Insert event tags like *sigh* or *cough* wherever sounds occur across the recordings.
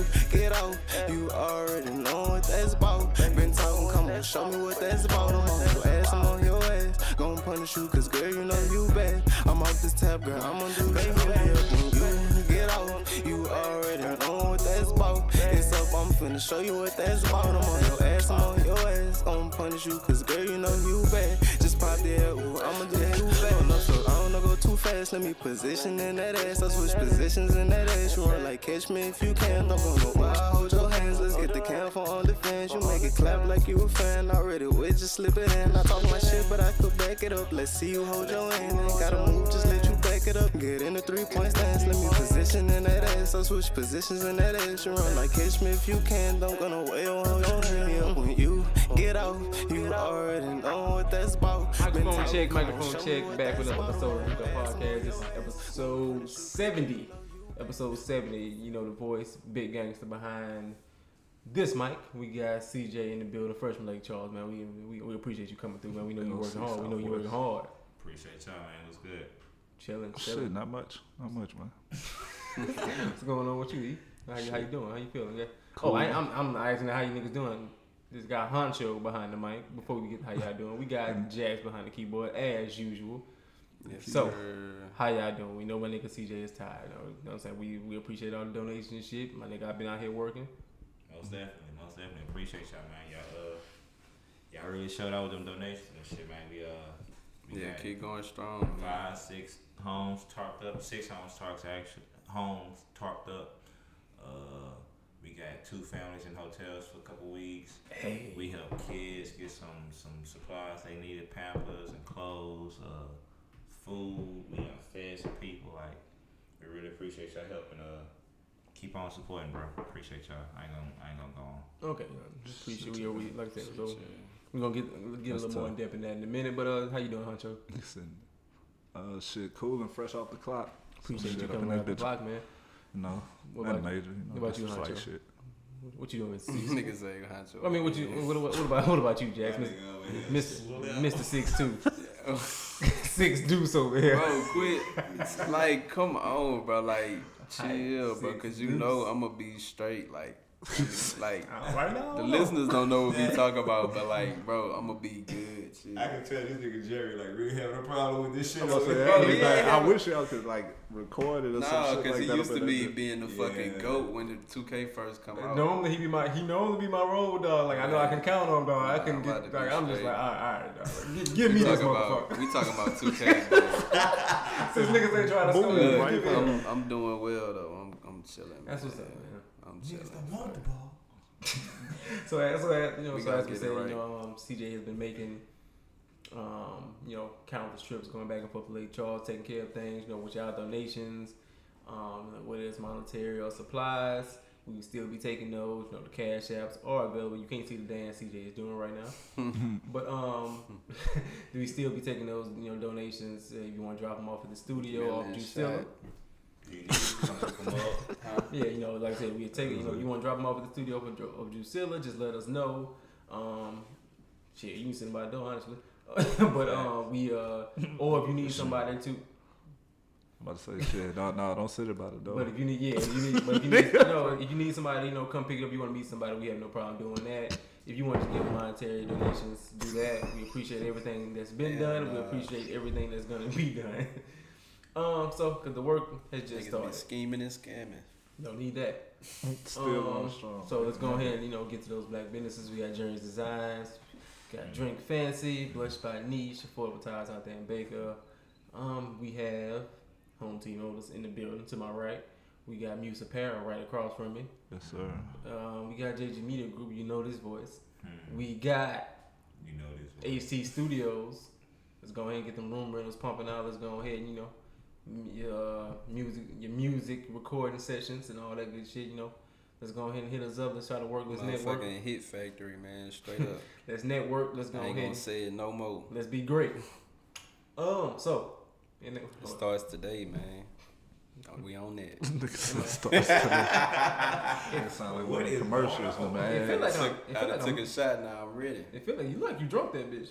know. You already know what that's about. Been talking, come on, show me what that's about. I'm on your ass, I'm on your ass. Gonna punish you, cause girl, you know you bad. I'm off this tab, girl, I'm on do that. When you get out, you already know what that's about. It's up, I'm finna show you what that's about. I'm on your ass, I'm on your ass. Gonna punish you, cause girl, you know you bad. Just pop there, ooh, I'ma do that. Don't know, so I don't know, go too fast. Let me position in that ass. I switch positions in that ass. You run like catch me if you can. Don't go nowhere. Hold your hands. Let's get the cam for on the fans. You make it clap like you a fan. Already with just slip it in. I talk my shit, but I could back it up. Let's see you hold your hand. Ain't gotta move, just let you back it up. Get in the three point stance. Let me position in that ass. I switch positions in that ass. You run like catch me if you can. Don't go nowhere. Hold your hand up when you get out. You already know what that's about. Microphone Mentality, check, come on, microphone show me check. what Back that's with another about. episode of the podcast. This is episode 70. Episode 70. You know the voice, big gangster behind this mic. We got CJ in the building, freshman Lake Charles. Man, we we, we appreciate you coming through, man. We know you working hard. We know you working hard. Appreciate y'all, man. What's good? Chilling, Shit, chilling. not much. Not much, man. What's going on with you? E? How you, how you doing? How you feeling? Yeah. Oh, I, I'm I'm asking how you niggas doing. This guy Honcho behind the mic. Before we get how y'all doing, we got *laughs* Jax behind the keyboard as usual. So, how y'all doing? We know my nigga CJ is tired. You know, you know what I'm saying? We, we appreciate all the donations and shit. My nigga, I've been out here working. Most definitely, most definitely appreciate y'all, man. Y'all, uh, y'all really showed out with them donations and shit, man. We uh, we Yeah, got keep going strong. man. five, six homes tarped up, six homes tarped actually, homes tarped up. Uh, we got two families in hotels for a couple weeks. Hey. We helped kids get some some supplies they needed, pampers and clothes, uh, food. We done fed some people. Like, we really appreciate y'all helping. Uh, keep on supporting, bro. Appreciate y'all. I ain't gonna I ain't gonna go on. Okay, uh, just appreciate we, we like I said. So Yeah. we're gonna get get a That's little more in tough. depth in that in a minute. But uh, how you doing, Honcho? Listen, uh, shit, cool and fresh off the clock. Some Appreciate shit you up in coming that out the bitch. block, man. You know, What nothing about- major. You know, what about just you, like Honcho? shit. What you doing? *laughs* C- *laughs* Niggas ain't honcho. I mean, what you what, what, what about what about you, Jax? That Mis- nigga over here. Mis- Mr. Six Two, Oh, *laughs* Six Deuce over here. bro, quit. *laughs* like, come on, bro. Like, chill, bro. six Cause you deuce. know I'ma be straight. *laughs* Like, like Right now, the listeners don't know what we talk about, but like, bro, I'ma be good. Chill. I can tell this nigga Jerry like really having a problem with this shit. You know what I'm *laughs* saying? Oh, Like, yeah. I wish y'all could like record it or Nah, some shit cause like he that. used to but be that- being the fucking Yeah. goat when the 2K first come out. Normally he be my he normally be my road dog. Like I know I can count on him, dog. I Nah, can I'm get about to like be I'm just straight. like all right, all right, dog. Like, give, give we me this talking about motherfucker. we talking about *laughs* 2K. bro. Since niggas ain't trying to Boom, sell Ooh, Look, it, right give it. uh, I'm, I'm doing well though. I'm I'm chilling. That's man. what's up, man. I'm chilling. want the ball. So as so that, you know, We so gotta as we get it said, right. you know, um, CJ has been making, um, you know, countless trips going back and forth to Lake Charles, taking care of things, you know, with y'all donations, um, whether it's monetary or supplies. We will still be taking those. You know, the cash apps are available. You can't see the dance CJ is doing right now, *laughs* but um, *laughs* do we still be taking those? You know, donations. Uh, if you want to drop them off at the studio, off Million to sell shot. You need to come up. Oh, yeah, you know, like I said, we take it. You know, Mm-hmm. you want to drop them off at the studio of, of Drusilla, just let us know. Um, shit, you can send them by the door, honestly. *laughs* but um, we uh, or if you need somebody to, I'm about to say shit. No, no, don't sit about it but though. if you need, yeah, if you need, but if you *laughs* need, no, if you need somebody, you know, come pick it up. You want to meet somebody, we have no problem doing that. If you want to give monetary donations, do that. We appreciate everything that's been Yeah, done. we nah. appreciate everything that's gonna be *laughs* done. um, so because the work has just Niggas be started, scheming and scamming. don't need that. Still Um, going strong. So let's go ahead and you know get to those black businesses. We got Journey's Designs, got Drink Fancy, Blush by Niche, Affordable Tires out there in Baker. Um, we have Home Team Otis in the building to my right. We got Muse Apparel right across from me. Yes, sir. Um, we got JG Media Group. You know this voice. Hmm. We got You know this. One. AC Studios. Let's go ahead and get them room rentals pumping out. Let's go ahead and you know m- your uh, music, your music recording sessions and all that good shit. You know, let's go ahead and hit us up. Let's try to work this network. Motherfucking hit factory, *laughs* man. Straight up. Let's network. Let's go I ain't ahead. gonna and say it no more. Let's be great. Um. So, and then, It starts today, man. Oh, We *laughs* on it. It sound like What one of the is commercials, wrong? man. It feel like I I'm- took, it feel I like took I'm- a shot. Now I'm ready. it feel like you like you drunk that bitch.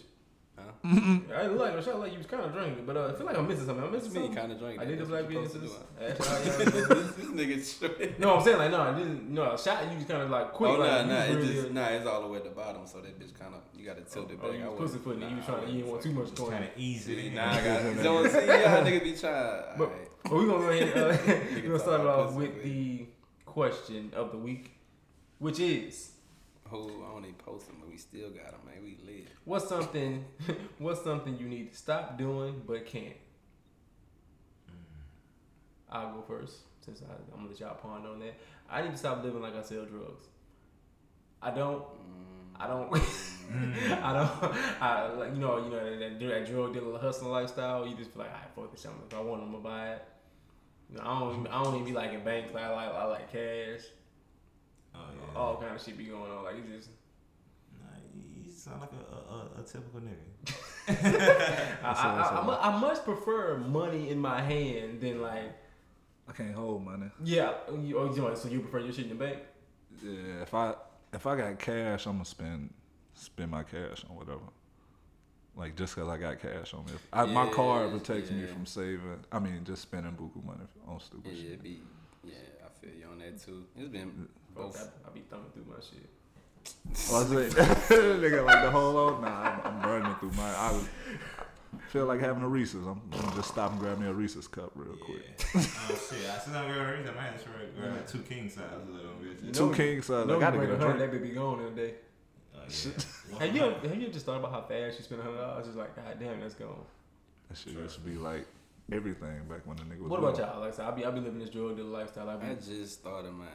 Mm-hmm. Huh? I look like Rochelle, like you was kind of drinking, but uh, I feel like I'm missing something. I'm missing So you something. kind of drank. I that. did the That's black what you supposed to businesses. do. Actually, I- *laughs* this nigga's straight. No, I'm saying like no, I didn't. No, shot you was kind of like quick. oh like, nah, you nah, it really- *laughs* just nah, it's all the way at the bottom, so that bitch kind of you got to tilt it Oh, back. you I was wouldn't- pussyfooting. you was nah, I trying to. You didn't want too wouldn't. much going. Kind of easy. Nah, I got. *laughs* You know, see, y'all niggas be trying. But Alright. but we're gonna go ahead. *laughs* Uh, we're *laughs* can gonna talk start it about off pussy, with man. the question of the week, which is Who I only post them, but we still got them, man. We lit. what's something *laughs* what's something you need to stop doing but can't. I'll go first since I, I'm gonna let y'all pond on that. I need to stop living like I sell drugs. I don't. I don't. *laughs* I don't. I like you know you know that, that, that drug dealer hustling lifestyle. You just feel like I fuck this something. If I want, I'm gonna buy it. You know, I don't. even- I don't even be like in banks. Like, I like I like cash. Oh yeah. All kind of shit be going on. Like it's just. Nah, you- you sound like a, a, a- a typical nigga. I, I, I, I, mu- I much prefer money in my hand than like I can't hold money. yeah. You, oh, you know, so you prefer your shit in the bank? Yeah, if I if I got cash, I'm gonna spend spend my cash on whatever. Like just 'cause I got cash on me, If- I, my Yeah, card protects me yeah. from saving. I mean, just spending buku money on stupid Yeah, shit. it be. Yeah, I feel you on that too. It's been Fuck, both. I, I be thumbing through my shit. Well, I was like, Oh, *laughs* nigga, like the whole old. Nah, I'm, I'm burning through my. I was- feel like having a Reese's. I'm, I'm just stop and grab me a Reese's cup real quick. oh shit! I said I'm gonna reason. I had to grab a two king size little "Oh, bitch. Two No, king size. no, I gotta get a hundred. drink. That bitch be gone in a day. Oh, yeah. Have you have you just thought about how fast you spend a hundred dollars? Just like god damn, that's gone. That shit used to be like everything back when the nigga was. What about little. y'all? Like I said, I be I be living this drug dealer lifestyle. I be I just started mine.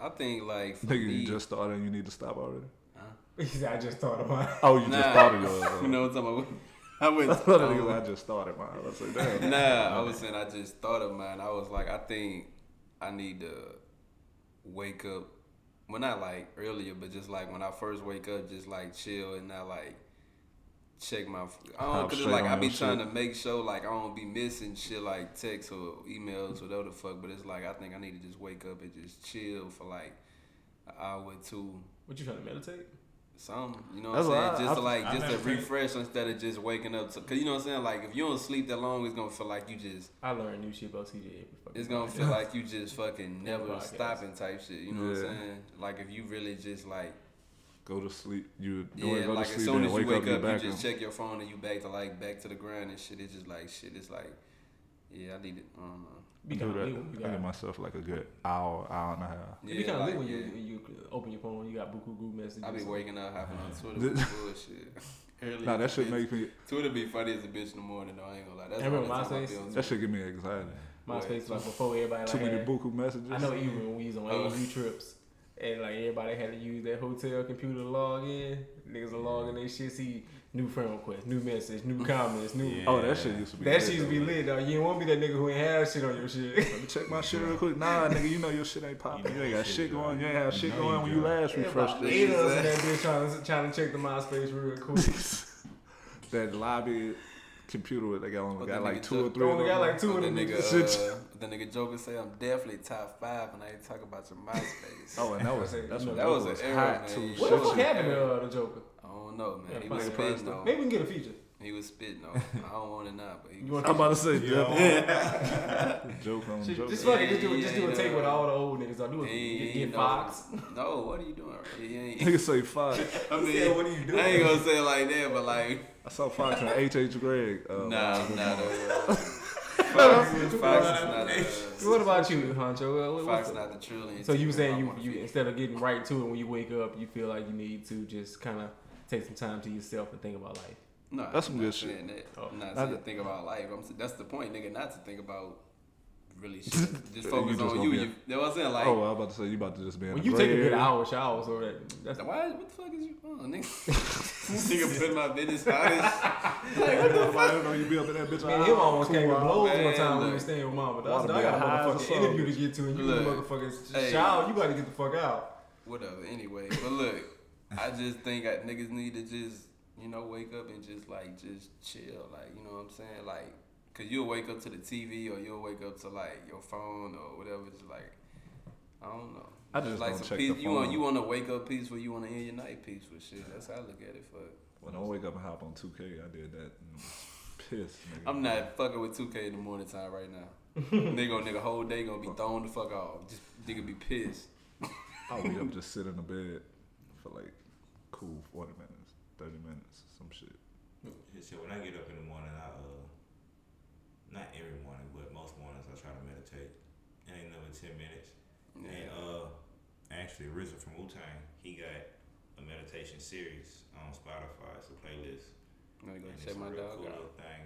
I think like for Nigga, me, you just started and you need to stop already. He said, *laughs* I just thought about. it." Oh, you nah, just started *laughs* yours. huh? you know what I'm talking about. I went. That's what it is. I just started mine. I said, *laughs* damn. nah, I was saying I just thought of mine. I was like, I think I need to wake up. Well, not like earlier, but just like when I first wake up, just like chill and not like check my. I don't Hop because straight like on I be your trying shit. to make sure like I don't be missing shit like texts or emails whatever the fuck. But it's like I think I need to just wake up and just chill for like an hour or two. What you trying to meditate? Some, you know what I'm That's what saying? I- just to I- like, I just to meditate. refresh instead of just waking up. To, Cause you know what I'm saying? Like, if you don't sleep that long, it's gonna feel like you just, I learned new shit about CJ. every fucking it's gonna day. feel like you *laughs* just fucking never Podcast. stopping type shit. You know what I'm Yeah. saying? Like, if you really just like, Go to sleep. You doing yeah, go like to as sleep soon and as you wake up, wake you up, back you on. just check your phone and you back to like back to the grind and shit. It's just like shit. It's like, yeah, I need it. I don't know. I Be do kind of that. lit when you I got. give myself like a good hour, hour and a half. It be Yeah, kind of lit like, when you, yeah. when you open your phone. You got buku group messages. I be waking up, hopping on *laughs* Twitter This- with bullshit. Early Nah, that as a shit bitch. make me. Twitter be funny as a bitch in the morning. Though I ain't gonna lie. That's And the remember only time I MySpace? be on That shit give me anxiety. MySpace like before everybody like. Too many had- buku messages. I know even when we was on Oh. AU trips and like everybody had to use their hotel computer to log in. Niggas are logging their shit, see new friend requests, new message, *laughs* new comments, new. Yeah. Oh, that shit used to *laughs* be. That good, shit used to be though. lit though. You ain't want to be that nigga who ain't have shit on your *laughs* shit. Let me check my shit real quick. Nah, nigga, you know your shit ain't popping. You ain't got shit going. You ain't have shit know you going when you good. last refreshed Everybody ate this. shit. us in that bitch trying to, trying to check the MySpace real *laughs* quick. That lobby computer they got only But got that like nigga two or took- three. of Only got them. like two What of the them nigga, niggas. uh, the nigga Joker say I'm definitely top five, and I ain't talking about your MySpace. Oh, and that was That that's was when an that was era, hot man. too. What the Shit, fuck shit. happened to uh, the Joker? I don't know, man. Yeah, he fuck was that spitting though. Maybe we can get a feature. He was spitting *laughs* though. I don't want to not, but he You was. want I'm about to say Yeah. *laughs* joke on Shit, joke. Just fuck it. Just do it. Yeah, Just do yeah, a take yeah. with all the old niggas. I do it. He- Get he get know. Fox. *laughs* No, what are you doing? *laughs* He ain't. Nigga say Fox. I mean, said, "What are you doing?" I ain't *laughs* gonna say it like that, but like, I saw Fox on H.H. Gregg. Uh, Oh, when I nah, was in nah. *laughs* the- no. Fox, Fox uh, is not. So A, What about you, Honcho? What- what's Fox the- not the trillion. So you were saying I you, wanna you be. instead of getting right to it when you wake up, you feel like you need to just kind of take some time to yourself and think about life. No, That's some I'm not good shit. saying That. Oh. I'm not Not saying that- think about life. I'm, s- that's the point, nigga. Not to think about *laughs* really shit. Just You focus just on gonna you. be you. a- you know what I'm saying? Like, oh, I was about to say you about to just be in When the you take a gray good area. hour shower, so that that's why? What the fuck is you on, *laughs* nigga? *laughs* nigga put my business out. and shit. Like, what *laughs* the I don't know you be up in that bitch. Man, all him almost came with cool. blows one man, time when we look. were staying with mama. That's Wanna I be got a high a as a motherfucking fuck. interview to get to, and you the Look, motherfucking hey. child, you got to get the fuck out. Whatever. Anyway, but look, I just think I, niggas need to just you know wake up and just like just chill. Like you know what I'm saying? Like, cause you'll wake up to the TV or you'll wake up to like your phone or whatever. Just like, I don't know. I just like don't some check peace. the You want phone. you want to wake up peaceful. You want to end your night peaceful. Shit, that's how I look at it. Fuck. When I wake up and hop on 2K, I did that and was pissed. Nigga. I'm not fucking with 2K in the morning time *laughs* right now. nigga, nigga, whole day gonna be thrown the fuck off. Just nigga be pissed. I'll be *laughs* up just sit in the bed for like cool 40 minutes, 30 minutes, some shit. So when I get up in the morning, I uh, not every morning, but most mornings I try to meditate. It ain't never ten minutes. And uh, actually, Rizzo from Wu Tang, he got a meditation series on Spotify. It's a playlist. I'm gonna go and it's check a my real dog cool out. little thing.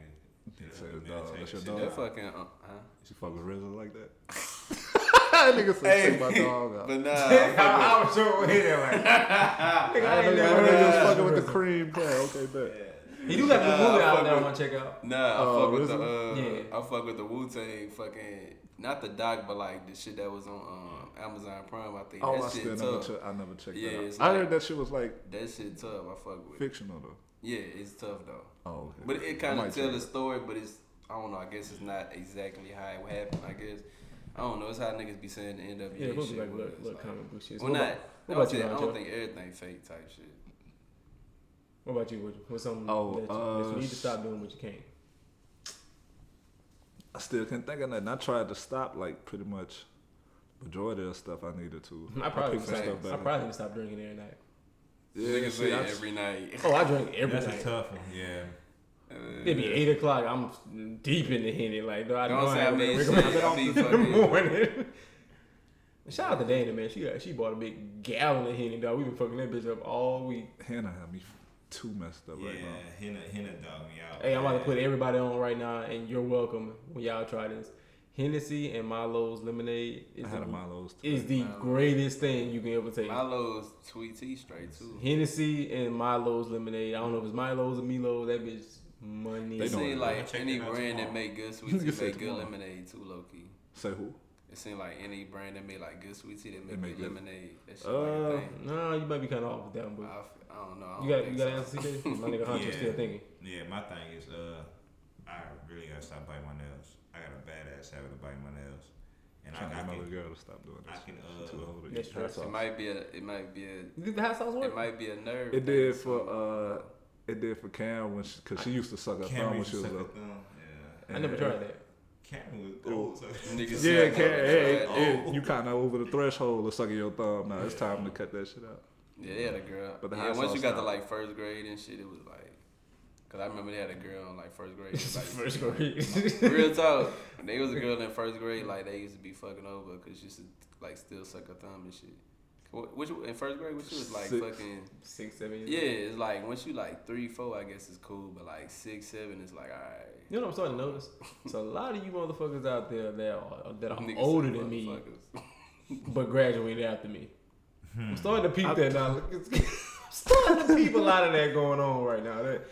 You It's a say little the dog, that's your meditation dog? That series. fuck uh, huh? She fuck with RZA like *laughs* that? that nigga said, Hey. take my dog out. But *laughs* nah, I fuck I was sure wait there, like. Nigga, I I ain't know never y'all heard you was heard fucking with of the RZA. cream player. Okay, bet. He do got the Nah, movie I out fuck there. I with- want to check out. with- nah, I Oh, fuck with the uh, RZA? Yeah. I fuck with the Wu Tang fucking not the doc, but like the shit that was on um, Amazon Prime. I think Oh, that I shit still tough. never, che- I never checked Yeah, that out. it's I like- heard that shit was like That shit tough. I fuck with. fictional though. Yeah, it's tough though. Oh, okay. But it kind Might of tells check the story, but it's I don't know. I guess it's not exactly how it happened. I guess I don't know. It's how niggas be saying the NWA Yeah, we'll shit. be like, was, look, look, like- comic book shit. So well, what not. about- I What would about you, say- I don't Nacho? think everything fake type shit. What about you? What- What's something Oh, that you, uh, that you need to stop doing what you can't? I still can't think of nothing. I tried to stop like pretty much majority of stuff I needed to. I probably picked would some say- stuff I better. probably need to stop drinking every *laughs* night. yeah, niggas see, say I- *laughs* every night. *laughs* Oh, I drink every That's night. a tough one. Yeah. It'd be eight o'clock. I'm deep in the henny. Like, no, I Don't know say I I ain't made gonna shit. wake up I be in the fucking- morning. *laughs* Shout out to Dana, man. She got, she bought a big gallon of henny, dog. We been fucking that bitch up all week. Hannah had me too messed up right yeah. now. Henna, henna dog me out. Hey, I'm about to put it. everybody on right now, and you're welcome when y'all try this. Hennessy and Milo's lemonade is I had the, a Milo's. is the Milo's. greatest thing you can ever take. Milo's sweet tea straight too. Hennessy and Milo's lemonade. I don't know if it's Milo's or Milo's. That bitch money. They It know it. seems I'll like check any it out brand tomorrow. that make good *laughs* sweet You tea said make good tomorrow. lemonade too, low key. Say who? It seems like any brand that make like good sweet tea that They make make, good good- lemonade. That shit like Uh, a thing. Nah, you might be kind of off with that one, I, but f- I don't know. I don't you got think you got to so. answer CJ. My nigga Hunter Yeah. still thinking. Yeah, my thing is, uh, I really gotta stop biting my nails. I got a badass habit of biting my nails, and I, Trying to I get my can little girl to stop doing I this. can, She uh, too old to that's eat true. hot sauce. It might be a. It might be a. You think the hot sauce work? It might be a nerve. It did thing, for so- uh, it did for Cam when she, cause she used to suck her thumb Cameron when used she to was suck her up. thumb. Yeah, I never and- tried that. *laughs* Cameron was Ooh. old. *laughs* Niggas Yeah, Oh. suck Cam, hey, on the hey, track. hey, you kind of over the threshold of sucking your thumb now. It's time to cut that shit out. Yeah, they had a girl. But the yeah, hot once you sauce got to style. like first grade and shit, it was like, cause I remember they had a girl in like first *laughs* grade. It was, Like, First grade. *laughs* Real talk, they was a girl in first grade. Like they used to be fucking over, cause she used to like still suck her thumb and shit. Wh- Which in first grade, which was like Six. fucking *laughs* Six, seven years. yeah. It's like once you like three, four, I guess it's cool. But like six, seven, it's like all right. You know what I'm starting to notice? It's a lot of you motherfuckers out there that are, that are Niggas older suck than me, motherfuckers. but graduated after me. I'm starting to peep that now. Look, it's- *laughs* I'm starting to peep a lot of that going on right now. That,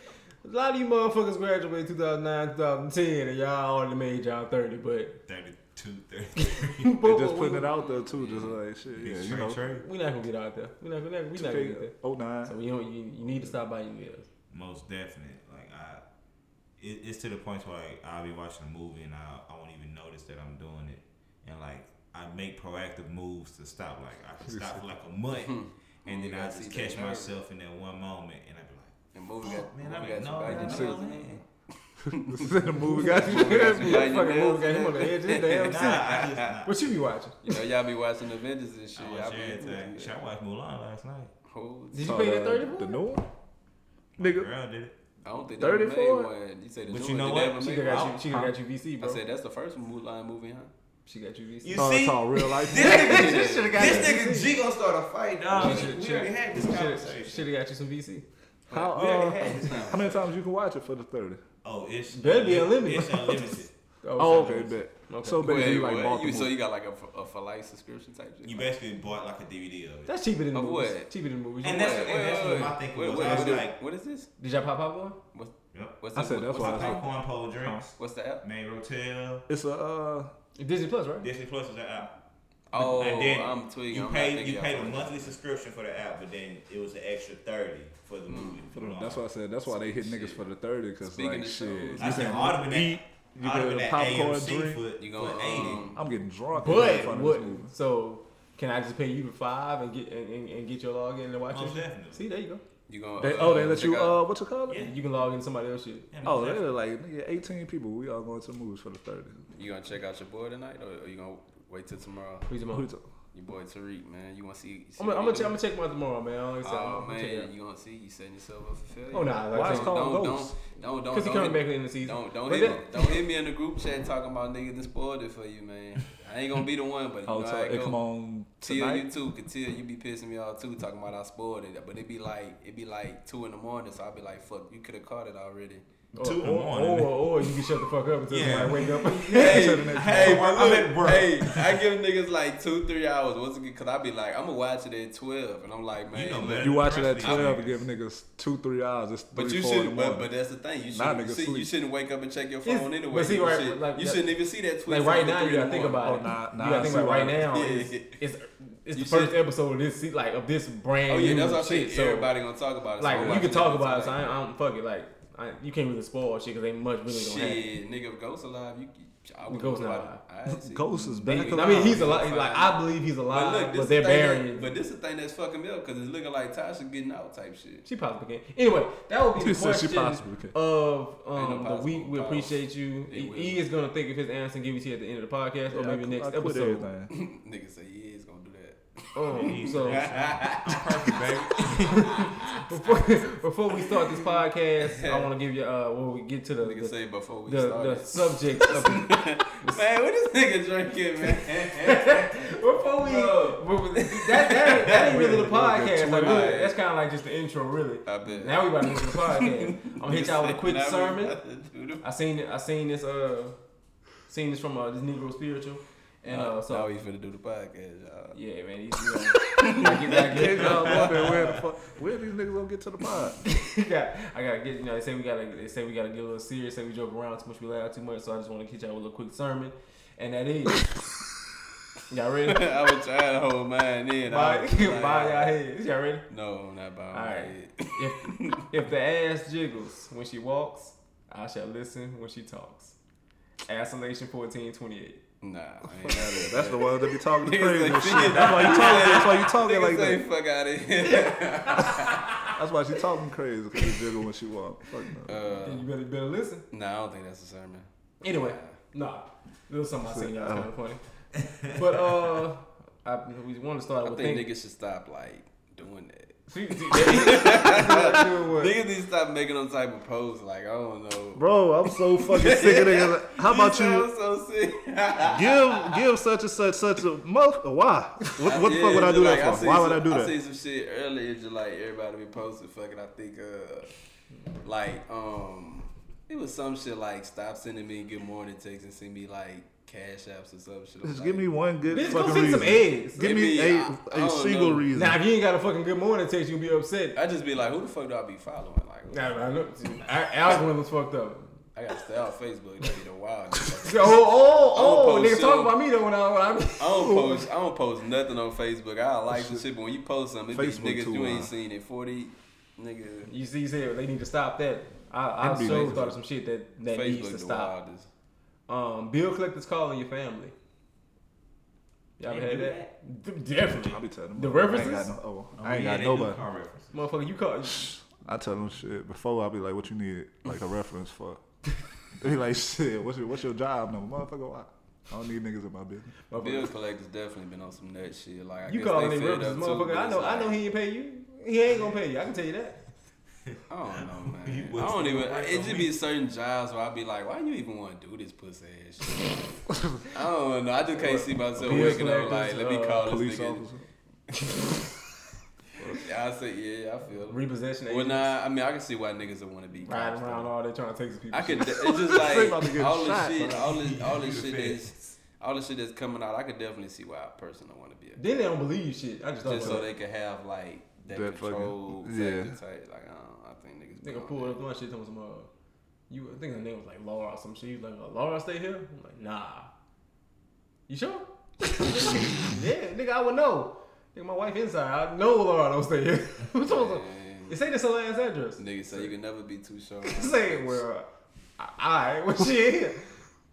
a lot of you motherfuckers graduated 2009, 2010, and y'all already made y'all 30, but, 32, 33. *laughs* They but just we, putting it out there too, just like shit. *laughs* Yeah, you know, Oh, Trey, Trey. we not gonna get out there. We're not, we not, we not gonna get there. 2009. So you, don't, you, you need to stop biting your nails. Most definite. Like I, it, it's to the point where like I'll be watching a movie and I I won't even notice that I'm doing it, and like I make proactive moves to stop. Like I can stop for like *laughs* a month, and You then I gotta just see that catch nerve. myself in that one moment, and I be like. And movie Fuck, got man, movie I didn't know got you that. biting I your was nails, like, man. this is in *laughs* the movie, guys. Biting your Fucking nails, move got him on the man. edge of his damn *laughs* Nah, seat. I just, nah, What you be watching? You know, y'all be watching Avengers and shit. I y'all watched be into everything. it. Shit, I watched Mulan last night. Who- Did you pay that 30 Oh, The new one? Nigga, Girl did it. I don't think 34? 34? one. You say the But new you one. know Did they what? ever She make done one? got you, she done got you VC, I bro. said that's the first Mulan movie, huh? She got you VC. *laughs* You no, see, it's all real *laughs* life. This this should've nigga, got this nigga G gonna start a fight, dog. We, we already had this Should conversation. have got you some VC. How, We uh, already had this conversation. how many times you can watch it for the 30? Oh, it's Better be unlimited. It's unlimited. Oh, okay, bet. Okay. So basically, Wait, you like what? Baltimore. You, so you got like a, f- a for life subscription type shit? You basically bought like a DVD of it. That's cheaper than the Of movies. what? Cheaper than the movies. And You that's- know what? that's what my thinking was. I was what is- like- what is this? Did y'all pop popcorn? What's, Yep. what's I the, said that's what's why the I thing? Popcorn, pole drinks, What's the app? main hotel. it's a, uh, Disney Plus, right? Disney Plus is an app. Oh, and then I'm tweaking. You I'm not paid thinking you of paid a it. monthly subscription for the app, but then it was an extra thirty for the movie. for the, that's why I said that's why they hit niggas for the 30 because Speaking like of shit. You shows, I said can oughta been at- eat, you I'd have been can at popcorn AMC drink. for, You for gonna eighty. um, I'm getting drunk in But front what? of this movie. So can I just pay you the five and get and, and, and get your login and watch Most it? definitely. See, there you go. You gonna They, oh, they uh, let you. check out- Uh, what you call it? Yeah. You can log in somebody else's shit. Yeah, Oh, most they definitely. were like nigga, 18 people. We all going to the movies for the 30. you gonna check out your boy tonight, or are you gonna wait till tomorrow? Who's your Who mom? you talk- Your boy Tariq, man, you wanna see? see I'm gonna, what I'm he gonna, check, I'm do? gonna check mine tomorrow, man. Like I said, Oh I'm gonna check it man, out. you gonna see? You setting yourself up for failure. Oh nah, Why is it like, called don't, Ghost? Don't, don't, don't, because he don't coming hit- back late in the season. Don't don't But hit, me, don't hit me in the group chat talking about niggas that spoiled it for you, man. I ain't gonna be the one, but you Oh, know so how it it go. come on Till you tonight. too, cause till you be pissing me off too, talking about I spoiled it. But it be like it be like two in the morning, so I be like, fuck, you could have caught it already. Or- Two in the or, morning. or, or oh, you can shut the fuck up until Yeah. somebody wake *laughs* up. Till the Hey, next hey, morning. but I'm look, at work. hey, I give niggas like two, three hours. What's it? Cause I be like, I'm gonna watch it at twelve, and I'm like, man, You know look, better. You watch it at Press these 12 and niggas. give niggas two, three hours. It's three, But you four in the should, but, but morning. that's the thing. You Nah, shouldn't, niggas see, you sleep. shouldn't wake up and check your It's- phone anyway. but see, you right, should, like- you that- shouldn't even see that tweet. Like right now, you gotta think about it. Oh, nah, nah, you gotta think I see about right why. now. Yeah. *laughs* It's, it's, it's You the first should- episode of this, se- like of this brand. Oh yeah, new that's what I'm saying. shit. So, Everybody gonna talk about it. so I'm like, you watching can talk it about it. So tonight. I, I don't fuck it. Like, I, you can't really spoil shit because ain't much really gonna happen. Shit, nigga, if Ghost alive. You, I would Ghost know not about it. I see. Ghost is back. They- I mean, he's alive. alive. Like, I believe he's But alive, look, but, this they're the thing burying. That, but this is the thing that's fucking me up because it's looking like Tasha getting out type shit. She possibly can. Anyway, that would be *laughs* She the said she question possibly can. of Ain't no um, the possible. week. We Pause. appreciate you. It E, will. E is gonna think of his answer and give it to you at the end of the podcast, or Yeah, maybe I- next I quit episode. everything. *laughs* nigga say yeah, he's gonna do that. Um, so *laughs* Perfect, baby. before, before we start this podcast, I want to give you uh, when we get to the Nigga the, say before we the, the started. *laughs* subject. Of, Man, what this nigga drinking, man? *laughs* before we but- but that, that, that ain't *laughs* really the We're good podcast. to Like, it. really, that's kind of like just the intro, really. I bet. Now we about to get to the *laughs* podcast. I'm gonna hit y'all with a quick Now we sermon. about to do the- I seen I seen this uh seen this from uh, this Negro spiritual, and uh, so *laughs* now we finna do the podcast, y'all. yeah, man, he's you know, I get- I Hey, get- *laughs* y'all wondering *laughs* where the fuck, where these niggas gonna get to the pod? I got- I gotta get you know they say we gotta they say we gotta get a little serious, say we joke around too much, we laugh too much, so I just want to hit y'all with a quick sermon, and that *laughs* is y'all ready? I was trying to hold mine in. I Bow, *laughs* bow was y'all like, heads, y'all ready? *laughs* No, I'm not bowing All my right. head. *laughs* If if the ass jiggles when she walks, I shall listen when she talks. Assolation fourteen twenty eight. *laughs* Nah, I ain't got it. That's the one that be talking Niggas crazy and like, shit. niggas- That's why you talking. That's why you talking *laughs* Nigga like say *laughs* that. fuck out of here. *laughs* That's why she talking crazy because she jiggle when she walk. Fuck no. Uh, Then you better better listen. nah, I don't think that's a sermon. Anyway, nah, there was something I seen y'all kind of funny, *laughs* but uh, I, we want to start Uh-huh. I with think thank- niggas should stop like doing that. See, see, that- Doing what? Niggas need to stop making them type of pose. Like I don't know. Bro, I'm so fucking sick of *laughs* niggas. How about you sound so sick. *laughs* give give such and such such a month? Why? What, what the fuck would I do like, that for? seen Why would some- I do I that? seen some shit earlier. Just like everybody be posting. Fucking, I think uh, like um, it was some shit like stop sending me good morning texts and send me like cash apps or some shit. I'm Just like, give me one good Bitch, go fucking send reason. some eggs. Give Give me me- a, I- I a don't single know. reason. Now, if you ain't got a fucking good morning text, you'll be upset. I just be like, who the fuck do I be following? Like, Nah, nah, look, see, our algorithm's fucked up. I gotta stay off Facebook. That be the *laughs* wild. nigga. Oh, oh, oh, I'ma nigga, post talk you. about me though when I, when I I don't post. I don't post nothing on Facebook. I like the shit, but when you post something, it be Facebook niggas too, you huh? ain't seen in forty, nigga. you see, you said they need to stop that. I, I That'd be sure amazing. thought of some shit that that needs Facebook to the stop. wildest. Um, bill collectors calling your family. Y'all ever had that? D- Definitely. I'll be telling them. The I ain't references? got no. Oh, Oh, I ain't yeah, got they do nobody. car references. Motherfucker, you call. I tell them shit before I be like, "What you need? Like a reference *laughs* for?" They be like, "Shit, what's your what's your job number, motherfucker? Why? I don't need niggas in my business." Bill Motherfucker, collectors definitely been on some nut shit. Like I you guess calling they them fed references, up too, motherfucker. but I it's know, I like, know he ain't pay you. He ain't gonna pay you. I can tell you that. I don't know, You man. wasting I don't even. your breath It on just me. be certain jobs where I be like, why you even want to do this pussy ass shit? *laughs* I don't know. I just can't see myself Bill waking up like, collectors, let me uh, call Oh, this Police nigga. officer. I say, yeah, I feel. it. Repossession. Well, agents nah. I mean, I can see why niggas would want to be cops, Riding though. around all day trying to take some people. I *laughs* could. shit. It's just They about to like get all the shot, shit, bro. all this, all this shit fed. that's, all the shit that's coming out. I could definitely see why a person don't want to be a Then they don't believe you shit. I just thought just so about they could have like that, That fucking- control yeah. factor type. Like I don't, I think niggas. be Nigga on pulled that. up my shit told me some uh you I think her name was like Laura or some shit. He was like, uh, Laura stay here? I'm like, nah. You sure? *laughs* yeah, nigga, I would know. Nigga, my wife inside. I know Laura don't stay here. *laughs* Who told her? Man, It say this her last address. Niggas say you can never be too *laughs* sure. *laughs* say well I, *laughs* I well she ain't here.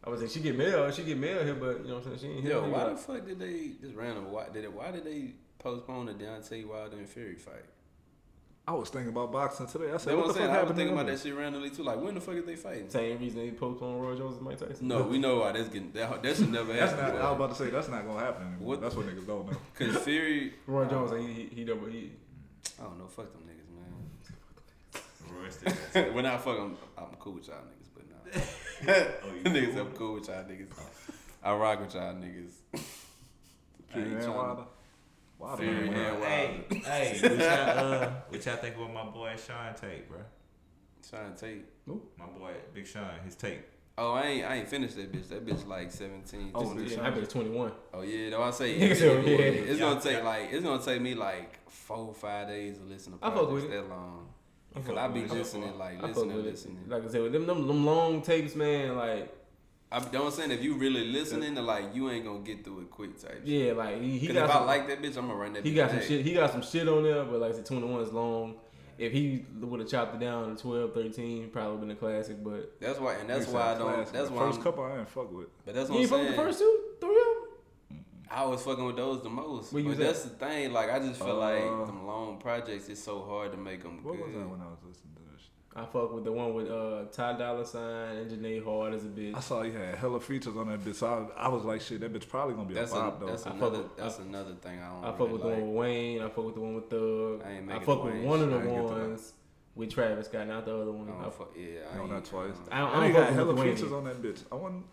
I was like, she get mail, she get mail here, but you know what I'm saying? She ain't here. Yo, Nigga, why the like, fuck did they just random? Why did it? Why did they postpone the Deontay Wilder and Fury fight? I was thinking about boxing today. I That's said, what what I'm the fuck saying. I was happened? to thinking about them? that shit randomly too. Like, when the fuck is they fighting? Same reason they postponed Roy Jones and Mike Tyson. No, we know why that's getting that, that should never That's not. happen. I was about to say that's not gonna happen anymore. What- That's what niggas don't know. Cause Fury, Roy Jones, he he, he double he. I don't know. Fuck them niggas, Roy still got *laughs* man. when I fuck, I'm, I'm cool with y'all niggas, but nah. *laughs* *laughs* Oh, you niggas, cool? I'm cool with y'all niggas. I rock with y'all niggas. I ain't Fury and tryna- Wilder. Wilder Fury went and out. Hey, hey, what y'all, uh, what y'all think about my boy Sean Tate, bro? Sean Tate. My boy Big Sean, his tape. Oh, I ain't, I ain't finished that bitch. That bitch like 17. Oh, Just- yeah, I bet twenty one. Oh yeah, though I say *laughs* Niggas over here. it's Yeah. gonna take like it's gonna take me like four five days to listen to I fuck with podcasts it. that long. I Cause fuck I be with it. listening like I fuck listening with listening. it. Like I said, with them, them them long tapes, man. Like I don't saying if you really listening to like you ain't gonna get through it quick type. shit. yeah, like he, he Cause got if I some, like that bitch, I'm gonna run that. he bitch got some back. shit. He got some shit on there, but like I said, twenty one is long. If he would have chopped it down to 12, 13, probably been a classic. But That's why, and that's Niggas why I had don't. class. That's The why. First I'm- couple I ain't fuck with. But that's you what I'm ain't fuck with the saying. first two, three of them. I was fucking with those the most. Where you But was at? that's the thing. Like I just feel Uh, like them long projects. It's so hard to make them What good. was that when I was listening to this? shit? I fuck with the one with uh, Ty Dolla Sign and Janae Hard as a bitch. I saw he had hella features on that bitch. So I, I was like, shit, that bitch probably gonna be That's a a, pop though. that's I fuck another with- that's another thing I don't. I fuck really with the like. one with Wayne. I fuck with the one with Thug. I ain't I, making fuck the with Wayne one of shit. the I ain't get to that. ones with Travis Scott, not the other one. I I don't fuck- fuck, yeah, I No, ain't, not twice. I don't, I I don't fuck ain't got with hella the Wayne. features on that bitch. I want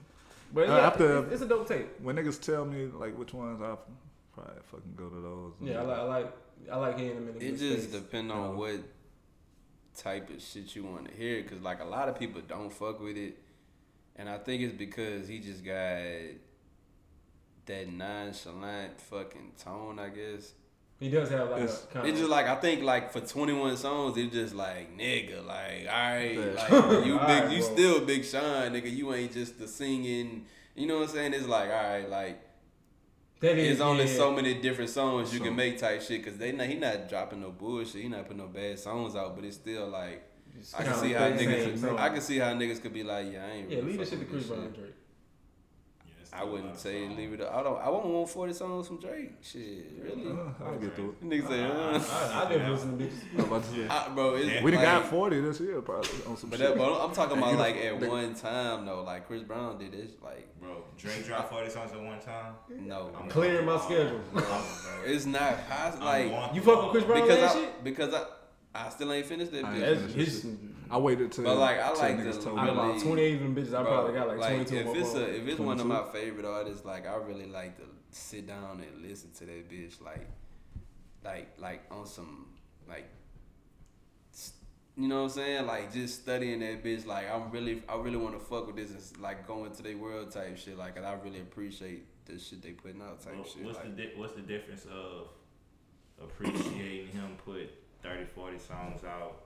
But Uh, yeah, after- it's, it's a dope tape. when niggas tell me like which ones I probably fucking go to those. Yeah, I like, I like, I like hearing them in the It just depend on No. what type of shit you want to hear, cause like a lot of people don't fuck with it, and I think it's because he just got that nonchalant fucking tone. I guess He does have like It's- a kind it's of just like I think like for twenty one songs, it's just like nigga, like all right, Yeah. *laughs* like you big, Alright, you bro. still Big Sean, nigga. You ain't just the singing. You know what I'm saying? It's like all right, like that is It's only yeah. so many different songs you So- can make type shit because they not he not dropping no bullshit. He not putting no bad songs out, but it's still like It's I can kinda see how the same niggas song. I can see how niggas could be like yeah I ain't yeah, really leave the shit fucking to with this Chris Brown, shit. Drake. Yeah, that's I still a lot wouldn't of say songs. leave it. I don't. I won't want forty songs from Drake. Shit, really. Uh-huh. Uh, I'll get *laughs* through Niggas say, uh, *laughs* I, I Yeah. didn't listen to bitches. it. I'm about to say, I- bro, it's we done like, got forty this year probably on some But, shit. that, but I'm *laughs* talking about like at one time though. Like Chris Brown did this. Like Bro, Drake dropped 40 songs at one time. no, I'm Clearing my going- schedule. I'm going, bro. it's not possible. Like I'm You going fuck with Chris through all Brown because with that shit? I because I I still ain't finished that I bitch. ain't That's Yeah. his. I waited till But, like, I till like niggas the- told I me. got about Really? twenty eight even bitches. I Bro, probably got like, twenty two. If it's a, more. if it's one 22? of my favorite artists, like I really like to sit down and listen to that bitch, like, like, like on some, like, s- you know what I'm saying? Like just studying that bitch. Like I'm really, I really want to fuck with this and s- like go into their world type shit. Like, and I really appreciate the shit they putting out type What- shit. What's the Like, di- what's the difference of appreciating him put 30, 40 songs out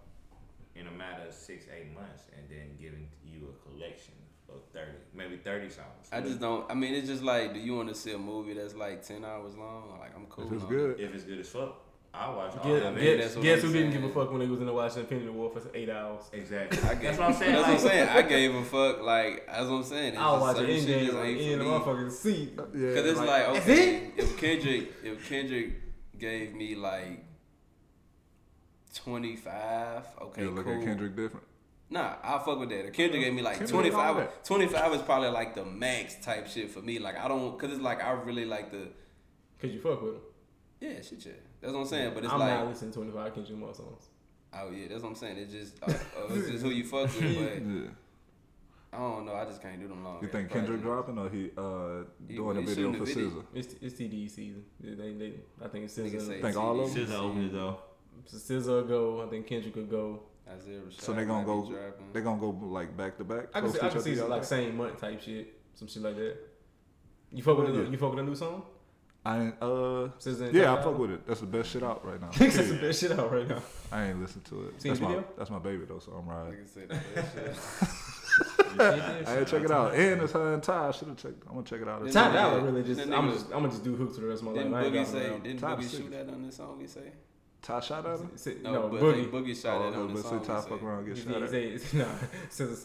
in a matter of six, eight months, and then giving you a collection of thirty, maybe thirty songs? I just don't. I mean, it's just like, do you want to see a movie that's like ten hours long? Like, I'm cool. If it's on good, if it's good as fuck, I watch Guess, all of oh, man, guess, that's what guess I'm who didn't saying. give a fuck when they was in the Washington Infinity War for eight hours? Exactly. I gave, That's what I'm saying. That's like, what I'm saying. I gave a fuck. Like that's what I'm saying. It's I was just watching certain shit Endgame just like, ain't in the for me. motherfucking seat. yeah, Cause it's like, Is okay, if Kendrick, if Kendrick gave me like twenty five, okay, you look cool. at Kendrick different. Nah, I fuck with that. If Kendrick gave me like Kendrick twenty all five, that. twenty five is probably like the max type shit for me. Like I don't, cause it's like I really like the Cause you fuck with him. yeah shit yeah. That's what I'm saying. But it's I'm like not listening to 25 Kendrick Lamar songs. oh yeah, that's what I'm saying. It's just uh, uh, it's just who you fuck *laughs* with. But Yeah. I don't know. I just can't do them long. You ass think Kendrick projects. dropping or he uh He- doing a he video shooting for the video. Scissor? It's it's TDE season. They, they, they- I think it's Niggas say SZA. Think all of CD. Since I opened it though, SZA will go. I think Kendrick could go. Isaiah Rashad So they gonna might be go- dropping. They gonna go like back to back. I can close see, to I can each other, see some, y'all like think? same month type shit, some shit like that. You fuck with the, Yeah. you fuck with the new song? I ain't, uh SZA and yeah, Ty I Dolla? *laughs* fuck with it. That's the best shit out right now. Niggas is the Period. best shit out right now. I ain't listen to it. Seen that's the my video? that's my baby though, so I'm riding. Like I said, *laughs* *laughs* that shit. I ain't check it out. And it's her and Ty. I should have checked. I'm gonna check it out. Then Ty nigga- Dolla really just that I'm nigga- just I'm gonna just do hooks for the rest of my Didn't life. I ain't Boogie got say? say, Didn't Top Boogie six. shoot that on the song? He say Ty shot at him. no, Oh, but Boogie. Boogie shot that Oh, on the but song. see, Ty he fuck say. around and He get shot at. say *laughs* no. Scissor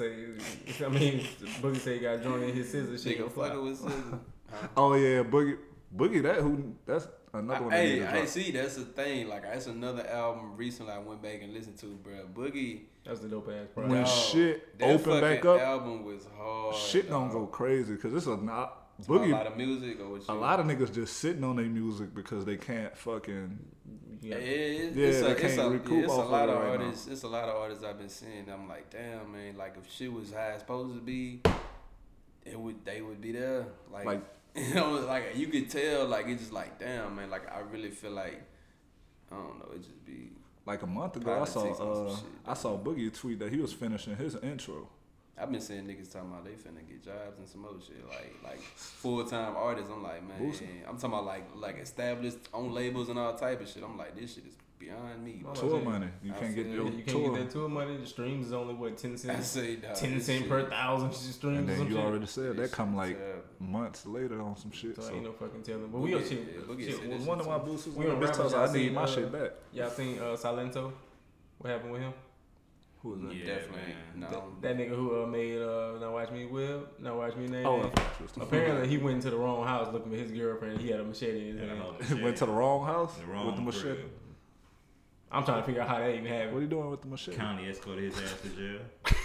say I mean Boogie say he got drawn in his scissor shit. Nigga *laughs* fly. fucking with Scissor. Huh? Oh yeah, Boogie. Boogie, that who? That's Another one. that need Hey, to hey, drop. see, that's the thing. Like, that's another album recently I went back and listened to, bro. Boogie. That was a dope ass project. When dog, shit that open back fucking up, Album was hard. shit gonna dog. go crazy because it's a not By boogie. A lot of music or what? a you- lot of niggas just sitting on their music because they can't fucking. Yeah, Yeah. it's, Yeah, it's, a, they it's, can't a, recoup yeah, it's a off of lot it of right now. artists. It's a lot of artists I've been seeing. I'm like, damn, man. Like if shit was how it's supposed to be, it would. They would be there. Like, Like- *laughs* you know, like you could tell. Like it's just like, damn, man. Like I really feel like, I don't know. It just be. Like a month ago, I Politics saw on uh, some shit, I saw Boogie tweet that he was finishing his intro. I've been seeing niggas talking about they finna get jobs and some other shit. Like like full time artists. I'm like, man. Boosie. I'm talking about like like established on labels and all type of shit. I'm like, this shit is beyond me. Oh, bro. tour yeah. money, you I can't see get that. your You can't tour, get that tour money. The streams is only what ten *laughs* I cents, say, dog, ten this cent per shit- thousand *laughs* streams. and or then some you shit. already said this that come shit's like terrible. months later on some shit. So, So, ain't no fucking telling. But we Boogie- all shit. yeah, Boogie shit said well, this one shit of my boots was We like, were bitch tells rapping, her, I y'all need seen, my uh, shit back. y'all seen uh, Silento? What happened with him? Who was that? Yeah, Definitely. man. No. That nigga who uh, made uh, Now Watch Me Whip, Now Watch Me Name. Oh, I thought you was talking Apparently he went into the wrong house looking for his girlfriend. He had a machete in his hand. about- *laughs* went to the wrong house Oh, the wrong with the machete. crib. I'm trying to figure out how that even What are happened. you doing with the machete? *laughs* County escorted his ass to jail.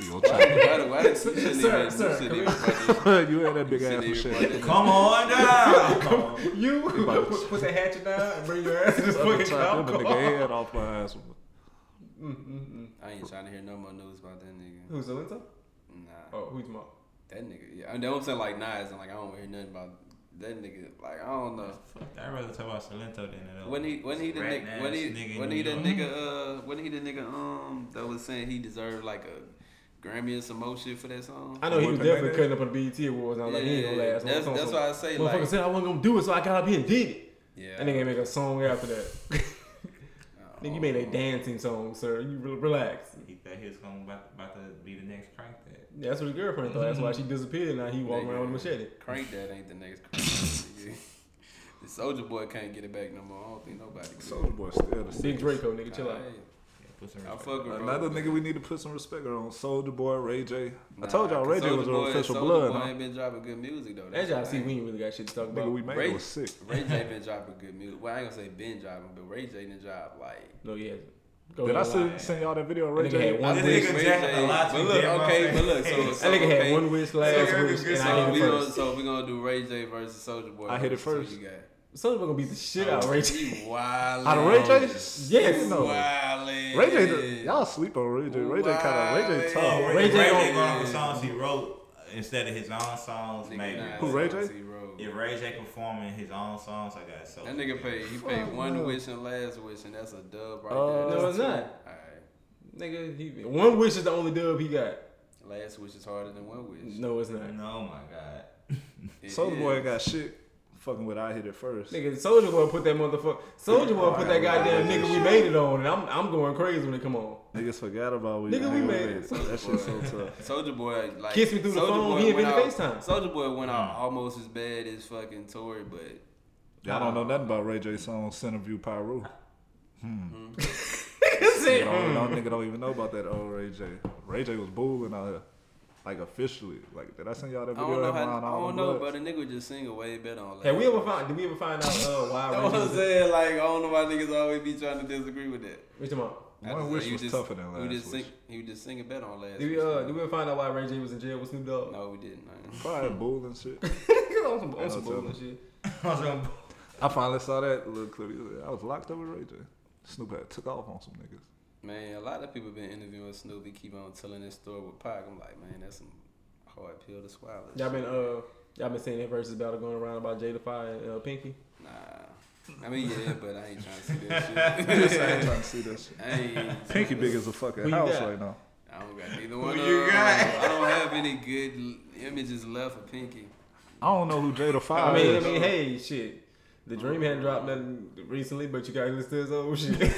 You gonna *laughs* Why the- *laughs* why the- you shouldn't Sir, even- you sir, shouldn't come even fucking- try- *laughs* you ain't that big you ass shouldn't even machete. fucking- Come on *laughs* down. You *laughs* about- put, put the hatchet down and bring your ass to this *laughs* fucking Mm, Chop that alcohol. nigga head off my ass. Mm-mm-mm. I ain't trying to hear no more news about that nigga. Who's Silento? Nah, Oh, who's Mark? that nigga. Yeah, I mean, I'm saying like Nas, and like I don't hear nothing about that nigga. Like I don't know. I'd rather talk about Salento than that. When he, when he the Rat nigga, when ass he, nigga in when New he the York. nigga, uh, when he the nigga, um, that was saying he deserved like a Grammy or some more shit for that song. I know he What was the definitely nigga? cutting up on the BET Awards. And I was like, he ain't gonna Yeah, last. that's- long. that's So- why I say, motherfucker like- said I wasn't gonna do it, so I got up here and did it. Yeah. And nigga make a song after that. Oh. nigga, you made a dancing song, sir. You re- relax. He thought he was going about, about to be the next crank that. That's what his girlfriend thought. That's why she disappeared. Now he walking around with a machete. Crank that ain't the next crank. nigga. *laughs* the Soldier Boy can't get it back no more. I don't think nobody. Can. Soldier boy still the Big sickest. Draco, nigga, chill out. Hey, Yeah, put some I respect. fuck with Another Bro. nigga we need to put some respect on. Soldier Boy, Ray J. I told y'all Ray J Soulja was an Boy- official Soulja blood. Boy huh? ain't been dropping good music though. As That's y'all the see, thing. we ain't really got shit to talk about. Nigga, we made Ray- was sick. Ray J been dropping good music. Well, I ain't gonna say been dropping, but Ray J done dropped like. no, he hasn't. Go Did I ahead, lie. send, send y'all that video of Ray Nigga J? had one This wish. nigga Ray jacked a J- lot to But look, damn okay, my but look, face. *laughs* so, so That nigga okay, had one wish, last nigga wish, good and So I we hit it gonna first. so we gonna do Ray J versus Soldier Boy. I hit it versus first. who You got. Soulja Boy gonna beat the shit out of Ray J. *laughs* He wild. Out of Ray J? Yes, You know. Wildin'. Ray J, the- y'all sleep on Ray J. Ray J kind of Ray J Oh, tough. Ray Ray J J gonna- going off the songs he wrote uh, instead of his own songs, Nigga, maybe. nah, Who, Ray J? zero. If Ray J performing his own songs, I got so. That nigga paid. He paid one wish and last wish, and that's a dub right Uh, there. Oh, No, it's That's two. not. All Nigga, he, one wish is the only dub he got. right. Last wish is harder than one wish. No, it's not. No, my God. *laughs* It Soldier Boy is. ain't got shit fucking with I Hit It First. Nigga, Soldier Boy put that motherfucker. Soldier Boy put that goddamn nigga we made it on, and I'm I'm going crazy when it come on. Niggas forgot about we. Nigga, we made it. That shit so tough. Soldier Boy like Kiss me through the phone, he invented FaceTime. Soldier Boy went out almost as bad as fucking Tory, but *laughs* Y'all don't know nothing about Ray J's song Center View Pyro. Hmm. Mm-hmm. *laughs* That's Y'all it. mm. don't- y'all nigga don't even know about that old Ray J. Ray J was booing out here. Like officially. Like did I send y'all that I video? don't know of him how. I around all don't the know, bloods? but the nigga was just singing way better on. Have we Last ever Wish. found? Did we ever find out uh, why *laughs* Ray That's what J? I'm was- saying. Like I don't know why niggas always be trying to disagree with that. What you talking about? I One just- wish you was just- tougher than you last just wish. Sing, he was just singing better on last. Did we wish, uh man. did we ever find out why Ray J was in jail with Snoop *laughs* Dogg? No, we didn't. Man. Probably booing and shit. on some, on I some don't tell bullshit shit. I finally saw that little clip. He said, I was locked up with Ray J. Snoop had took off on some niggas. Man, a lot of people been interviewing Snoop. He keep on telling this story with Pac. I'm like, man, that's some hard pill to swallow. Y'all been uh y'all been seeing that versus battle going around about Jada Fire and uh, Pinky. Nah, I mean yeah, but I ain't trying to *laughs* see that shit. Just ain't trying to see that shit. *laughs* I ain't. Pinky big as a fucking Who you house got? right now. I don't got neither one. you of them. got? I don't have any good l- images left of Pinky. I don't know who Jada I Oh, Five mean, I is. mean, hey, shit. The Dream hadn't dropped nothing recently, but you guys listen to his old *laughs* *laughs* shit.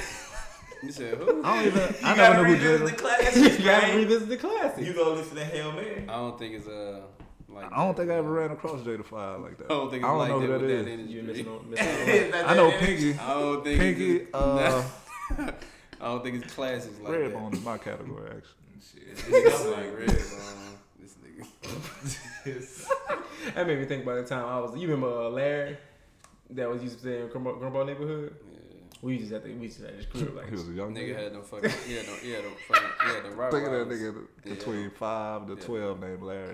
You said who? I don't even. I never You gotta knew who Jada. revisit the you *laughs* classics, gotta man. revisit the classic. You go listen to Hail Mary. I don't think it's uh like. I don't think I ever ran across Jada Five like that. I don't think it's I don't like know that who with that that is. energy. You *laughs* missing on, missing out on a lot. I know Pinky. I don't think Pinky. It's, Uh, I don't think it's classics like that. Redbone is my category actually. Shit, it's like red bone. This nigga. *laughs* That made me think by the time I was, you remember uh, Larry? that was used to say in Grumbo, Grumbo neighborhood. Yeah. We just at the we just at his crib *laughs* like He was a young Nigga nigga. had them fucking yeah, them, yeah, them fucking yeah, them right. Think of that nigga Yeah. between five to Yeah. twelve named *laughs* Larry.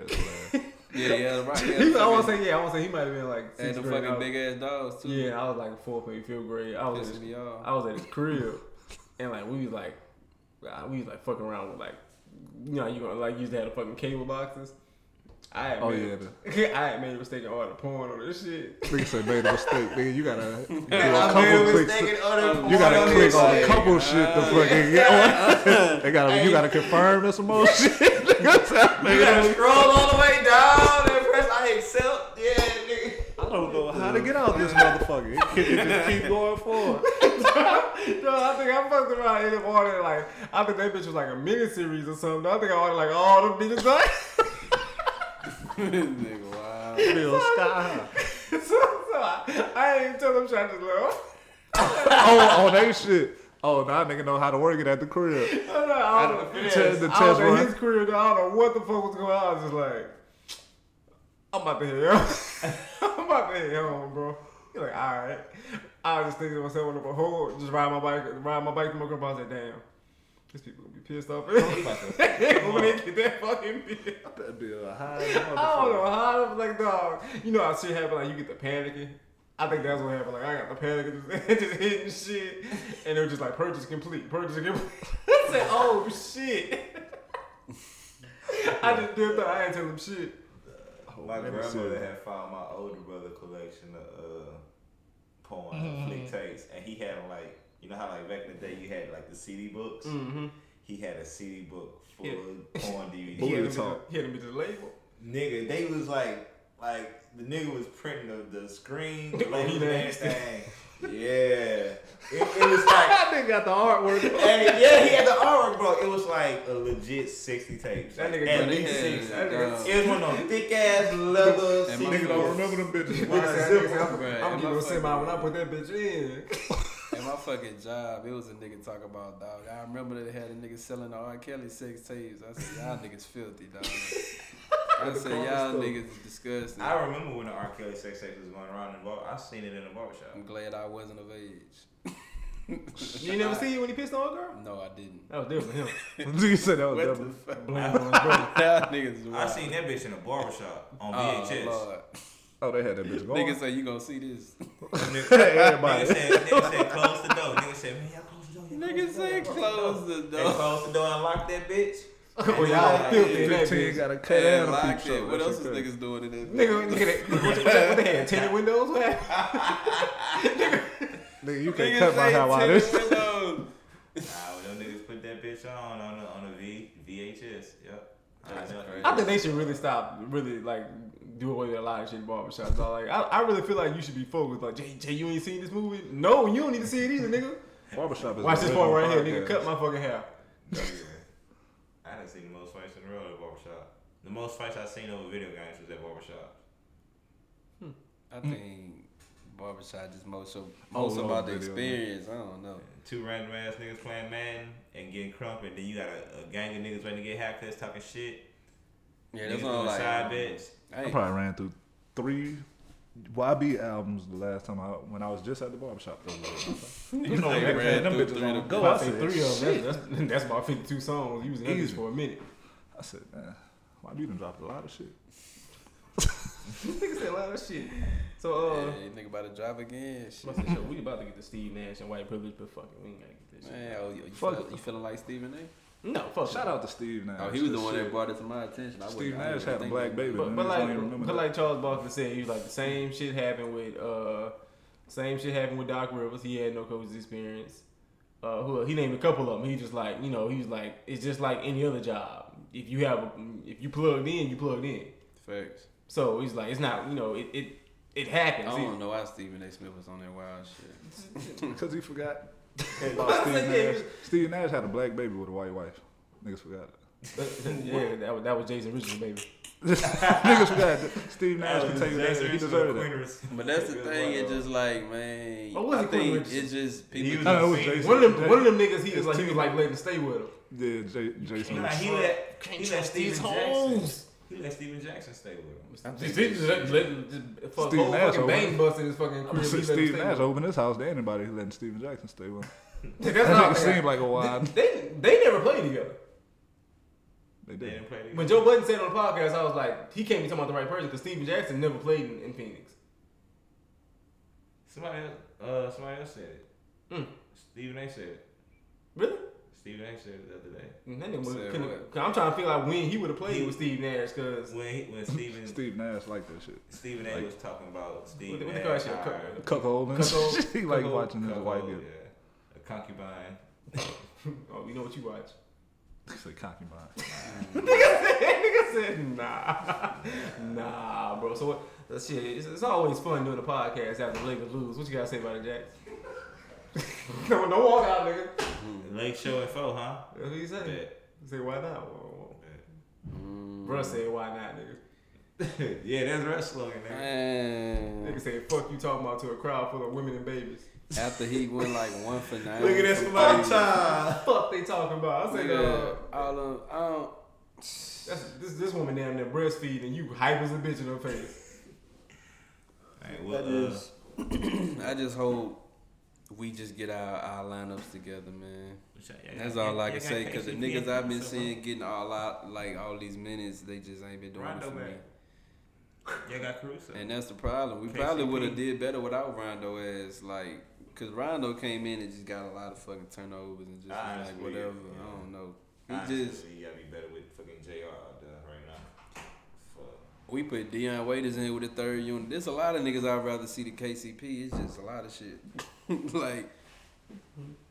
man. Yeah, yeah, the *laughs* right. Yeah, He- the I want fucking- to say yeah. I want to say he might have been like and sixth the grade. I fucking was- big ass dogs too. yeah, I was like fourth maybe fifth grade. I was at pissing his, me off. I was at his crib, and like we was like uh, we was like fucking around with like you know you gonna like used to have the fucking cable boxes. I had Oh made, *laughs* yeah, the I had made a mistake and ordered porn on this shit. nigga said made a mistake. Nigga, you *laughs* gotta do I a made a couple clicks. mistake and ordered porn You gotta on click this on a shit. couple shit to fucking get on. *laughs* They gotta, you gotta confirm this some more shit. *laughs* Nigga, tell me. You gotta scroll *laughs* all the way down and press *laughs* I accept. Yeah, nigga. I don't know how to get out this motherfucker. It just keep going no, forward. I think I fucked around and ordered like I think that bitch was like a mini series or something. I think I ordered like all the bitches. Like, nigga, wow. Feel sky high. *laughs* so, so I, I ain't even tell them shit. I just like, Oh, oh, that shit. Oh, now nigga know how to work it at the crib. I don't know. I don't know. Test the I was test in run. his career. though. I don't know what the fuck was going on. I was just like, I'm about to head home. *laughs* I'm about to head home, bro. You're like, all right. I was just thinking to myself, on the whole, just ride my bike, ride my bike to my grandpa. I said, damn, these people gonna be pissed off *laughs* when *laughs* they get that fucking bill. That'd be a high I don't know motherfucker. how. I was like, dog, you know how shit happen. Like you get the panicking. I think that's what happened. Like I got the panicking, just, *laughs* just hitting shit, and it was just like purchase complete, purchase complete. *laughs* I said, oh shit. *laughs* I just did that. I ain't tell them shit. My Oh, Let me grandmother see. had found my older brother collection of uh, porn Mm-hmm. flick tapes, and he had like you know how like back in the day you had like the CD books. Mm-hmm. He had a CD book full Yeah. *laughs* of porn DVDs. He had Booty them bitches- talk. he had them bitches label. Nigga, they was like, like the nigga was printing the, *laughs* the screen, the Oh, he label, and nasty. *laughs* everything. Yeah, it, it was like, That nigga got the artwork. hey, yeah, he had the artwork, bro. It was like a legit sixty tapes. That like, nigga at got- least they had- sixty. That nigga- It was one of them thick ass leather. And CD my Nigga don't books. remember them bitches. Nigga said, nigga said, I'm- Right, I'm and giving my a semi fucking- when I put that bitch in. At my fucking job, it was a nigga talk about dog. I remember that they had a nigga selling the R. Kelly sex tapes. I said, y'all niggas filthy, dog. I said, y'all niggas is disgusting. I I remember when the R. Kelly sex tape was going around in the bar. I seen it in the barbershop. am glad I wasn't of age. You never see when he pissed on a girl. No, I *laughs* didn't. That was *laughs* different. Him. Nigga said that was What double. the fuck? Blame it on his brother. y'all niggas is I wild. seen that bitch in a barbershop on Oh, VHS. Lord. Oh, they had that bitch going. *laughs* Niggas say you gonna see this. Nigga, *laughs* Everybody. nigga said, nigga said, close the door. Nigga said, man, y'all close the door. y'all Niggas close the door, y'all say *laughs* close the They door. closed the door and locked that *laughs* bitch. Well, y'all filthy in that 15 bitch. got a cut Hey, and a lock peep it. show. What That else shit is crazy. niggas doing in that? Nigga, look at that. What, what, what they *laughs* had? Tinted windows? What happened? Nigga, you can't cut my hair out of tinted this. *laughs* windows. Nah, when them niggas put that bitch on on a, on a v, VHS. Yep. That's I- crazy. I think they should really stop, really like do away with a lot of shit in barbershops. dog. Like, I, I really feel like you should be focused. Like, Jay, Jay, you ain't seen this movie? No, you don't need to see it either, nigga. Barbershop is Watch the this part right original here, nigga. podcast. Cut my fucking hair. Yeah. I done seen the most fights in the row at a barbershop. The most fights I seen over video games was at barbershop. I think barbershop just most of Oh, most Lord, about the video, experience. I don't know. Two random ass niggas playing Madden and getting crump, and then you got a, a gang of niggas waiting to get haircuts talking shit. Yeah, that's niggas all doing like. side bets. I I ain't- probably ran through three YB albums the last time I when I was just at the barbershop. Though, you know, They they had ran them through bitches three on to the go. About to I say said, three of shit. them. That's, that's, *laughs* that's about 52 songs. You was in that bitch Easy. for a *laughs* minute. I said, man, YB done dropped a lot of shit. Nigga said a lot of shit. So, uh, Yeah, you nigga about to drive again. Shit. must have said, we about to get the Steve Nash and white privilege, but fuck it, we ain't gotta get this shit. Man, oh, you, you, Fuck feel, it. you feeling like eh? Stephen A? No, fuck. Shout no. out to Steve Nash. Oh, he was the This one that shit. brought it to my attention. I Steve wasn't- I Nash didn't had a think black that- baby. But, man. but Niggas don't even like, but remember that. like Charles Barkley said, he was like the same shit happened with uh, same shit happened with Doc Rivers. He had no coach's experience. Uh, who he named a couple of them. He just like you know he was like it's just like any other job. If you have a, if you plugged in, you plugged in. Facts. So he's like it's not you know it it it I happens. don't know why Stephen A. Smith was on that wild shit. Because he forgot about Steve Nash. Steve Nash had a black baby with a white wife. Niggas forgot *laughs* it. *laughs* yeah, that was, that was Jason Richardson, baby. Niggas forgot that Steve Nash can tell you that he deserved it. *laughs* But that's the thing. It's just like, man, But what's I it called, think Richardson? it's just He people. was- No, no, it was Jason. One of them one of them niggas he was like he was like letting him stay with him. Yeah, J- Jason. Nah, he let he let Steven Jackson. He let Steven Jackson stay with him. Just, just, just, let- just, fuck, Steve whole Nash fucking over bang there. bust in his fucking I'm crib. gonna He let say him *laughs* Steve stay Nash with him. *laughs* open this house to anybody letting Steven Jackson stay with him. Oh, That's That not nigga seemed like a *laughs* wide. *laughs* They they never played together. They They did. didn't play together. When Joe Budden said on the podcast, I was like, he can't be talking about the right person because Steven Jackson never played in, in Phoenix. Somebody else, uh, somebody else said it. Mm. Stephen A. said it. Really? Stephen A. said it the other day. And Mm, that nigga Mm-hmm. was, Said couldn't, what? cause I'm trying to figure out when he would have played with Steve Nash because When he, when *laughs* Stephen Steve Nash like that shit. Stephen A. was talking about Steve. What they- what they Nash call that shit? hired Cuck- Cuckolding. Cuckold- he *laughs* like cuckold- watching his cuckold, wife get yeah, a concubine. *laughs* oh, you know what you watch. Say *laughs* concubine. nigga said, nah, *laughs* nah, bro. So what? that Shit, it's, it's always fun doing a podcast after the Lakers lose. What you gotta say about it, Jack? *laughs* no, no walk out, nigga. Lake Show and Foe, huh? That's what you say. Bet. Say why not? Well, Mm. Bro said why not, nigga. Bet. yeah, that's right slogan, nigga. Nigga Man, said fuck you talking about to a crowd full of women and babies. after he went like one for nine. Look at this for from my three. child. Fuck they talking about. I said, Yeah, uh, all of I don't. that's, this this woman down there breastfeeding you hype as a bitch in her *laughs* face. Hey, I what, uh, just, I just hope we just get our, our lineups together, man. That's all I can say because the niggas I've been seeing getting all out, like all these minutes, they just ain't been doing Rondo it for me. back. Yeah, got Caruso. And that's the problem. We probably KCP. would have did better without Rondo as like, cause Rondo came in and just got a lot of fucking turnovers and just was Honestly, like whatever. yeah. Ah, I don't know. We Honestly, just you gotta be better with fucking Jr. out there right now. Fuck. we put Deion Waiters in with the third unit. There's a lot of niggas I'd rather see the KCP. It's just a lot of shit. *laughs* like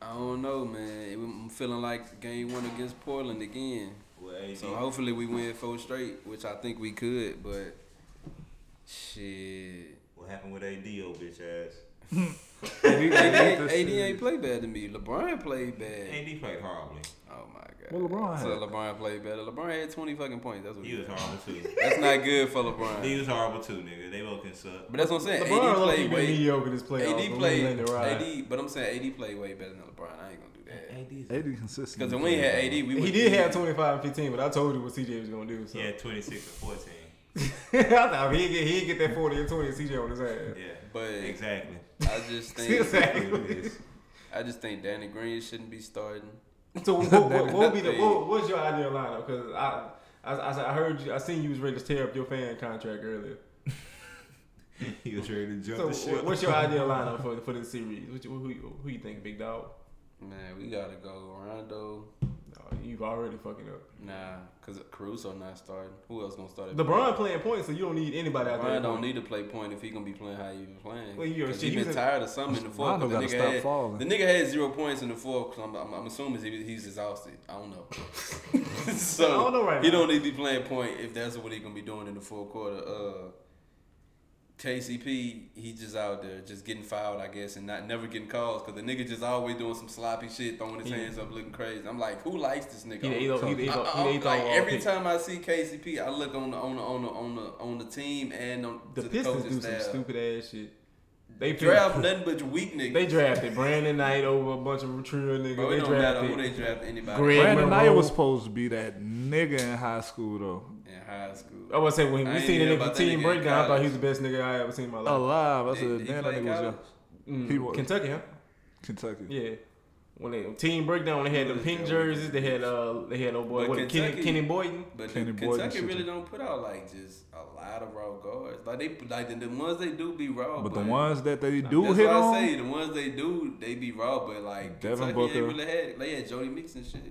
I don't know, man. It- I'm feeling like game one against Portland again. Well, AD, So hopefully we win four straight, which I think we could. But shit. what happened with AD, old bitch ass? AD, AD, AD ain't play bad to me. LeBron played bad. AD played horribly. Oh my god. What LeBron So had? LeBron played better. LeBron had twenty fucking points. That's what He he was did. horrible too. *laughs* That's not good for He LeBron. was horrible too, nigga. They both can suck. But that's what I'm saying. LeBron AD low-key played been way. mediocre this playoff. AD but we played. letting it ride. AD, but I'm saying AD played way better than LeBron. I ain't gonna do that. AD consistent. Because when we had AD, we He would- did have 25 and 15, but I told you what CJ was gonna do. So. Yeah, 26 and 14. *laughs* I thought he'd get, he'd get that 40 and 20 CJ on his ass. Yeah. But Exactly. I *laughs* just think Exactly. I just think Danny Green shouldn't be starting. *laughs* So what, what, what would be the Nothing. what, what's your ideal lineup? Because I, I I I heard you I seen you was ready to tear up your fan contract earlier. *laughs* he was ready to jump So the ship. what- what's your *laughs* ideal lineup for for this series? What you, who you- who you think, Big Dog? Man, we gotta go Rondo. No, you've already fucking up. Nah, cause Caruso not starting. Who else gonna start? at LeBron playing points, so you don't need anybody out there. LeBron don't need to play point if he gonna be playing how he been playing. Well, you're- 'Cause shit, he you been said- tired of something in the fourth. Rondo 'cause The gotta nigga, stop had, falling. the nigga had zero points in the fourth. Cause I'm, I'm, I'm assuming he, he's exhausted. I don't know. *laughs* *laughs* so I don't know right he now. don't need to be playing point if that's what he gonna be doing in the fourth quarter. Uh, KCP, he just out there just getting fouled, I guess, and not never getting calls. Cause the nigga just always doing some sloppy shit, throwing his Yeah. hands up, looking crazy. I'm like, who likes this nigga? He the on eighth- he the eighth- I- I- he the I'm- eighth like, overall every pick. time I see KCP, I look on the on the on the on the, on the team and on The to Pistons coaching do some staff. stupid ass shit. They draft picked- nothing but weak niggas. They drafted Brandon Knight over a bunch of trill niggas. Bro, it they don't matter who drafted they draft anybody Greg Brandon Monroe. Knight was supposed to be that nigga in high school though. in high school. Oh, I was say when I we ain't seen hear the nigga about that nigga team in breakdown, I thought he college. was the best nigga I ever seen in my life. Alive. I Did- said, damn, did he that nigga play was young. college? Mm, Oh, He was- Kentucky, huh? Kentucky. Yeah. When they team breakdown, when they had the Who is pink that? jerseys, they had uh, they had old boy, But what, Kenny, Kentucky- Kenny *laughs* Boyden. But Kenny the, Boyd Kentucky and shit. really don't put out like just a lot of raw guards. Like they like the, the ones they do be raw. But the ones that they do Oh, that's hit what on, I say. The ones they do they be raw. But like Devin Kentucky Booker. ain't really had. They had Jody Meeks and shit.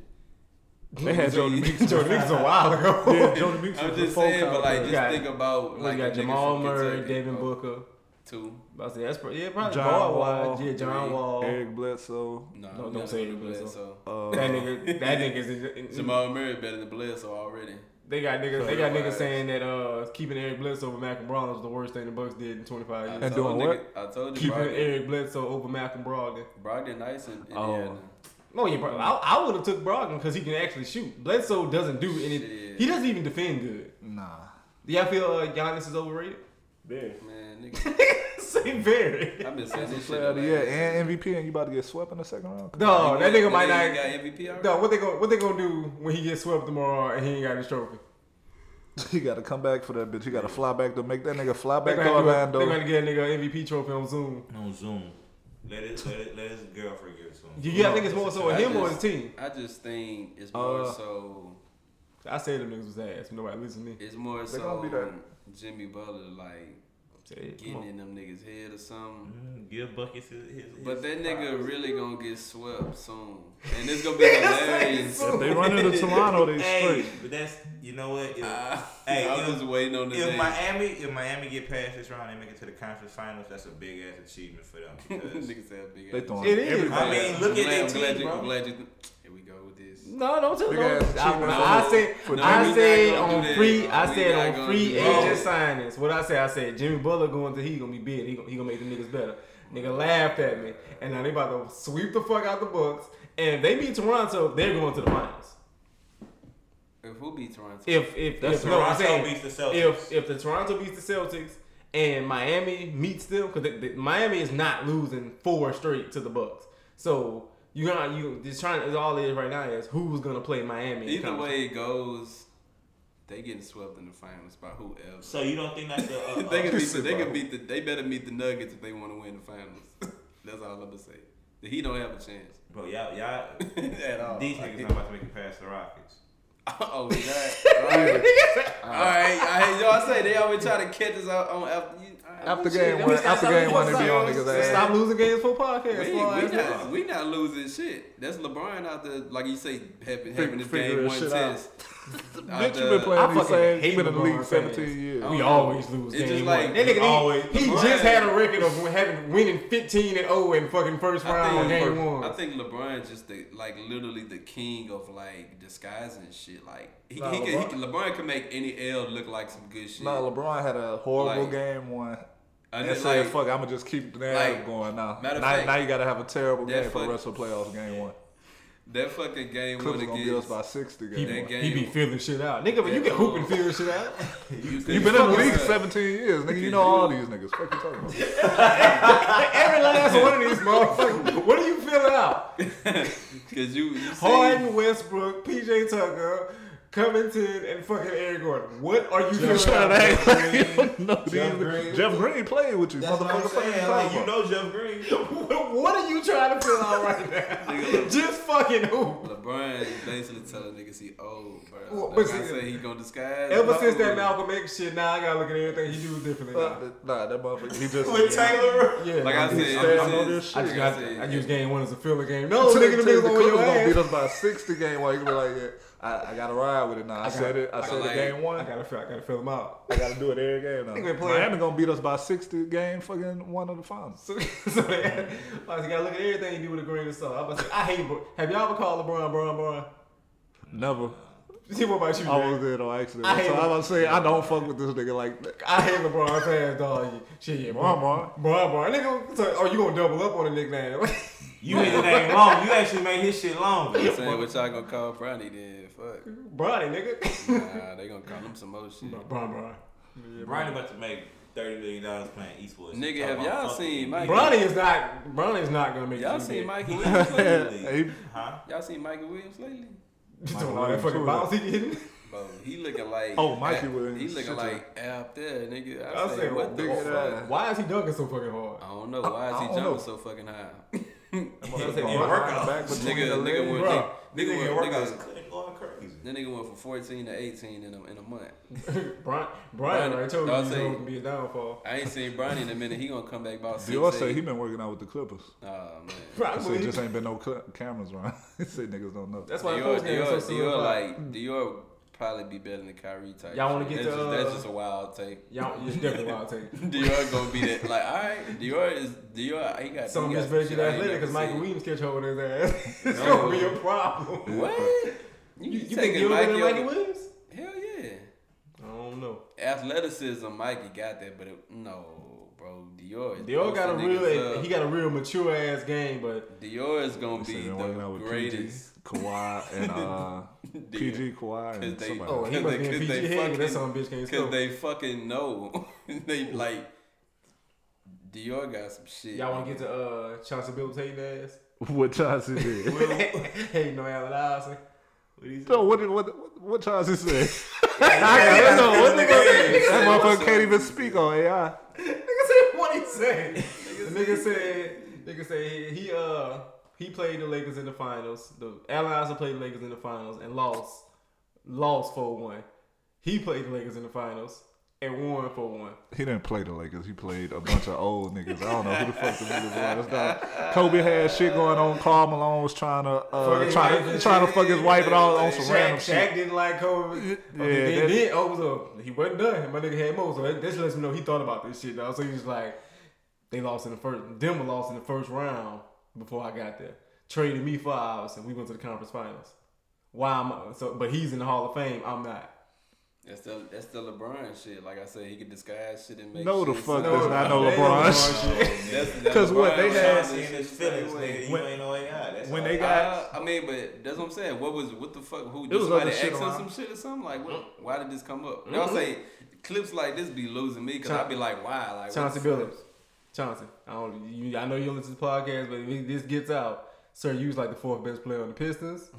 they had Jody Meeks. Jordan Meeks *laughs* a while ago. *laughs* Yeah, Jody Meeks I'm was the just folk saying, but out like there. just Got- think about We like the got niggas Jamal from Murray, Kentucky, Devin bro. Booker. Two. I said that's pro- yeah, probably John John Wall. Wall. Yeah, John Three. Wall. Eric Bledsoe. No, don't not say better than Bledsoe. Bledsoe. Uh, That nigga, that nigga's. in- in- *laughs* Jamal Murray better than Bledsoe already. They got niggas. They got niggas Otherwise- saying that uh, keeping Eric Bledsoe over Malcolm Brogdon was the worst thing the Bucks did in 25 years. I And doing told what? nigga- I told you, Keeping Brogdon, Eric Bledsoe over Malcolm Brogdon. Brogdon Nice in Oh. Indiana. No, yeah, bro. I, I would have took Brogdon because he can actually shoot. Bledsoe doesn't do anything. Shit. He doesn't even defend good. nah. Do y'all feel uh, Giannis is overrated? *laughs* Very. Man, nigga, *laughs* Say very. I've been saying this shit. Player of the year like- and MVP, and you about to get swept in the second round. *laughs* No, that nigga might Got not. MVP already. No, what they gonna what they gonna do when he gets swept tomorrow and he ain't got his trophy? You gotta come back for that bitch. You gotta fly back to make that nigga fly They're back gonna, to have to- Orlando. they're gonna get a nigga MVP trophy on Zoom. on Zoom. Let it, let it, let his girlfriend give it to him. Yeah, I think it's more so I him or his just- team. I just think it's more Uh, so. I say them niggas was ass. Nobody listen to me. It's more They so gonna be that- Jimmy Butler like Say it, come getting on. in them niggas' head or something. Mm, Give Buckets his. his Mm-hmm. But his that nigga flowers. really gonna get swept soon, and *laughs* it's gonna be hilarious. if they run into Toronto, they Hey, straight. but that's you know what. If, *laughs* I, Hey, Ah. I if- was waiting on the if day. *laughs* Miami, if Miami get past this round and make it to the conference finals, that's a big ass achievement for *laughs* them. Because Niggas have big. They ass- throwing It is. everybody. I mean, look I'm at their glad- I'm glad team, you- I'm bro. glad you. Here we go with this. No, don't tell Big no. ass I, chicken I for- said, for Jimmy. I We said not gonna on do that, free, bro. I We said not on gonna free do that. agent signings. What I said, I said Jimmy Butler going to he gonna be big. He gonna, he gonna make the niggas better. Nigga laughed at me, and now they about to sweep the fuck out the books. And if they beat Toronto, they're going to the finals. If who beat Toronto? If if That's if, no, I'm Toronto saying, beats the Celtics. If if the Toronto beats the Celtics and Miami meets them, because Miami is not losing four straight to the Bucks. So you got you just trying. It's all it is right now is who's gonna play Miami. in Either conference. way it goes, they getting swept in the finals by whoever. so you don't think that's the uh, *laughs* they uh, can beat. The, they bro. can beat. The, they better meet the Nuggets if they want to win the finals. *laughs* That's all I'm gonna say. He don't have a chance *laughs* bro? Y'all, y'all, at all. these niggas not about to make it past the Rockets. Oh, *laughs* we got- all right. All right, I hate y'all say they always try to catch us out on after you. all right, After shit, game we one, not- after game one, they be on stop- niggas' Let's ass. Stop losing games for podcast. We, Lord. we not, we not losing shit. That's LeBron out there, like you say, having, having his figure game his one shit test. *laughs* Out Bitch, you there. been playing I these same. fucking You been in the hate league LeBron 17 fans. years. I We don't always know. lose It's game just like- one. That nigga, he, always- he LeBron- just had a record of having winning 15 and 0 in fucking first round on I game think, one. I think LeBron just the, like literally the king of like disguising shit. Like he, Nah, he, can, he LeBron- can, LeBron can make any L look like some good shit. Nah, LeBron had a horrible Like- game one. and And then, said, like, "Fuck, I'm gonna just keep the like, narrative going now. matter Now, of fact, now you gotta have a terrible that game for the fuck- rest of the playoffs. Game one, that fucking game one Clippers gonna beat us against. by 60. he, Game that one. be- game- he be feeling shit out. Nigga, but you That- can hoop and feel shit out. *laughs* You've You been in the league 17 years, nigga. You know all these niggas. Fuck you talking about? Every last one of these motherfuckers. What are you feeling out? Cause you, you see, Harden, Westbrook, PJ Tucker, Covington, and fucking Aaron Gordon. What are you You feeling trying out? to act like *laughs* you *laughs* don't know these Jeff Green. niggas. Jeff Green played with you. Motherfucker, fuck you talking about? know Jeff Green. What what are you trying to feel out right *laughs* now? Just fucking hoop. LeBron is basically telling niggas he old, Well, bro. but Like I see- say he gonna disguise. Ever No. since that Malcolm X shit, now I gotta look at everything he do differently. Uh, Now. Nah, that motherfucker. He just. *laughs* With Taylor. Yeah, Uh, Like I I'm- said, He ever said, I'm on since- this I shit. just got, said- I use game one as a filler game. No, Oh, nigga, the niggas on Clippers your gonna beat ass. us by 60 game one. You gonna be like, yeah, I, I gotta ride with it now. I, said it. I, said gotta it game I one. gotta, fill, I gotta fill them out. I gotta do it every game now. Think we play- Miami gonna beat us by 60 game fucking one of the finals. So, *laughs* so they, like, you gotta look at everything he do with a grain of salt. I'm about to say, I hate. Bro- Have y'all ever called LeBron, Bron, Bron? Never. See what about you? I man? Oh. was there on accident. I hate so him. I'm gonna say I don't fuck with this nigga like that. I hate LeBron fans, dog. Shit, yeah, Bron, Bron, Bron, nigga. So, oh, you gonna double up on a nickname? *laughs* You made his name long. You actually made his shit long. I'm saying what y'all gonna call Friday then? *laughs* Fuck. Bronny, nigga. *laughs* Nah, they gonna call him some more shit. Bron, Bron. Brian about to make thirty million dollars playing Eastwood. Nigga, Talk have about y'all fucking seen me. Mike- Bronny is not. Bronny is not gonna make. Y'all the seen NBA. *laughs* Michael Who is Williams? lately? lately? He- Huh? y'all seen Michael Williams lately? Just Michael doing all that Williams, fucking who was bounce he getting. Bro, he looking like Oh, Mikey He Williams. looking Shit, like out there, nigga. I, I say, said, what the big fuck? ass ass. Why is he dunking so fucking hard? I don't know. Why is I he don't jumping know. so fucking high? *laughs* Motherfucker said gonna work ride out. back between Nigga, the nigga legs. went- Bro, Nigga Nigga, your went- nigga- workouts couldn't go crazy. That nigga went from 14 to 18 in a, in a month. Brian, Brian, I told you I'll he's say- going to be a downfall. I ain't seen Bronny in a minute. He gonna come back about six. Dior said he eight. been working out with the Clippers. Oh man. I Probably. said just ain't been no cl- cameras around. *laughs* he said niggas don't know. That's why the Dior, post game Dior, is so Dior, Dior, like Dior probably be better than Kyrie type. Y'all wanna shit. get that's, to, just, that's uh, just a wild take. *laughs* Y'all, it's definitely wild take. Dior gonna be that like all right. Dior is Dior. He got Some he of got this version shit I ain't athletic never because Michael seen. Williams catch hold of his ass. *laughs* It's No. going to be a problem. What? You, you think taking Dior better than Mikey Michael over- Williams? Hell yeah. I don't know. Athleticism, Mikey got that, but it, no, bro. Dior. Is Dior got a posting niggas real, up. he got a real mature ass game, but Dior is gonna He said be been working out the with greatest. PG, Kawhi, and *laughs* uh, PG, Kawhi, and they- somebody. oh, else. *laughs* he Cause must be they- in cause PG they head. 'cause That fucking- son of a bitch can't Cause score. they fucking know. *laughs* they like Dior got some shit. Y'all want to get to uh, Chauncey Bill Tatum *laughs* ass? What Chauncey did? *laughs* hey, no Allen Iverson. *laughs* so what did what what Chauncey say? *laughs* I don't know what the Nigga, That nigga, motherfucker can't even speak on AI. Nigga said what he said. nigga said nigga said he uh he played the Lakers in the finals. The Allen Iverson played the Lakers in the finals and lost. Lost four one. He played the Lakers in the finals and won four one. He didn't play the Lakers. He played a bunch of old niggas. I don't know who the fuck the niggas was. That's not- Kobe had shit going on. Carl Malone was trying to Fuck uh, his trying wife to and trying to shit. fuck his wife and all on some Shaq, random shit. Shaq didn't like Kobe. Okay, Yeah, then, that- then oh, so he wasn't done. My nigga had more. So that, this lets me know he thought about this shit. Though. So he was like, they lost in the first. Denver lost in the first round before I got there. Traded me for hours and we went to the conference finals. Why am I? So, but he's in the Hall of Fame. I'm not. That's the that's the LeBron shit. Like I said, he could disguise shit and make. No, the shit fuck sound does not know they LeBron. That's- that's 'Cause what, LeBron they had- James' Seeing his feelings, same way. nigga. You When- ain't no AI. That's when all they I- got- Uh, I mean, but that's what I'm saying. What was what the fuck? Who was did somebody other shit ask us around. some shit or something? Like, Mm-hmm. what, why did this come up? Y'all say clips like this be losing me because Chauncey- I'd be like, why? Like, Chauncey what the fuck? Billups. Chauncey, I don't. You, I know you don't listen to the podcast, but if this gets out, sir, you was like the fourth best player on the Pistons.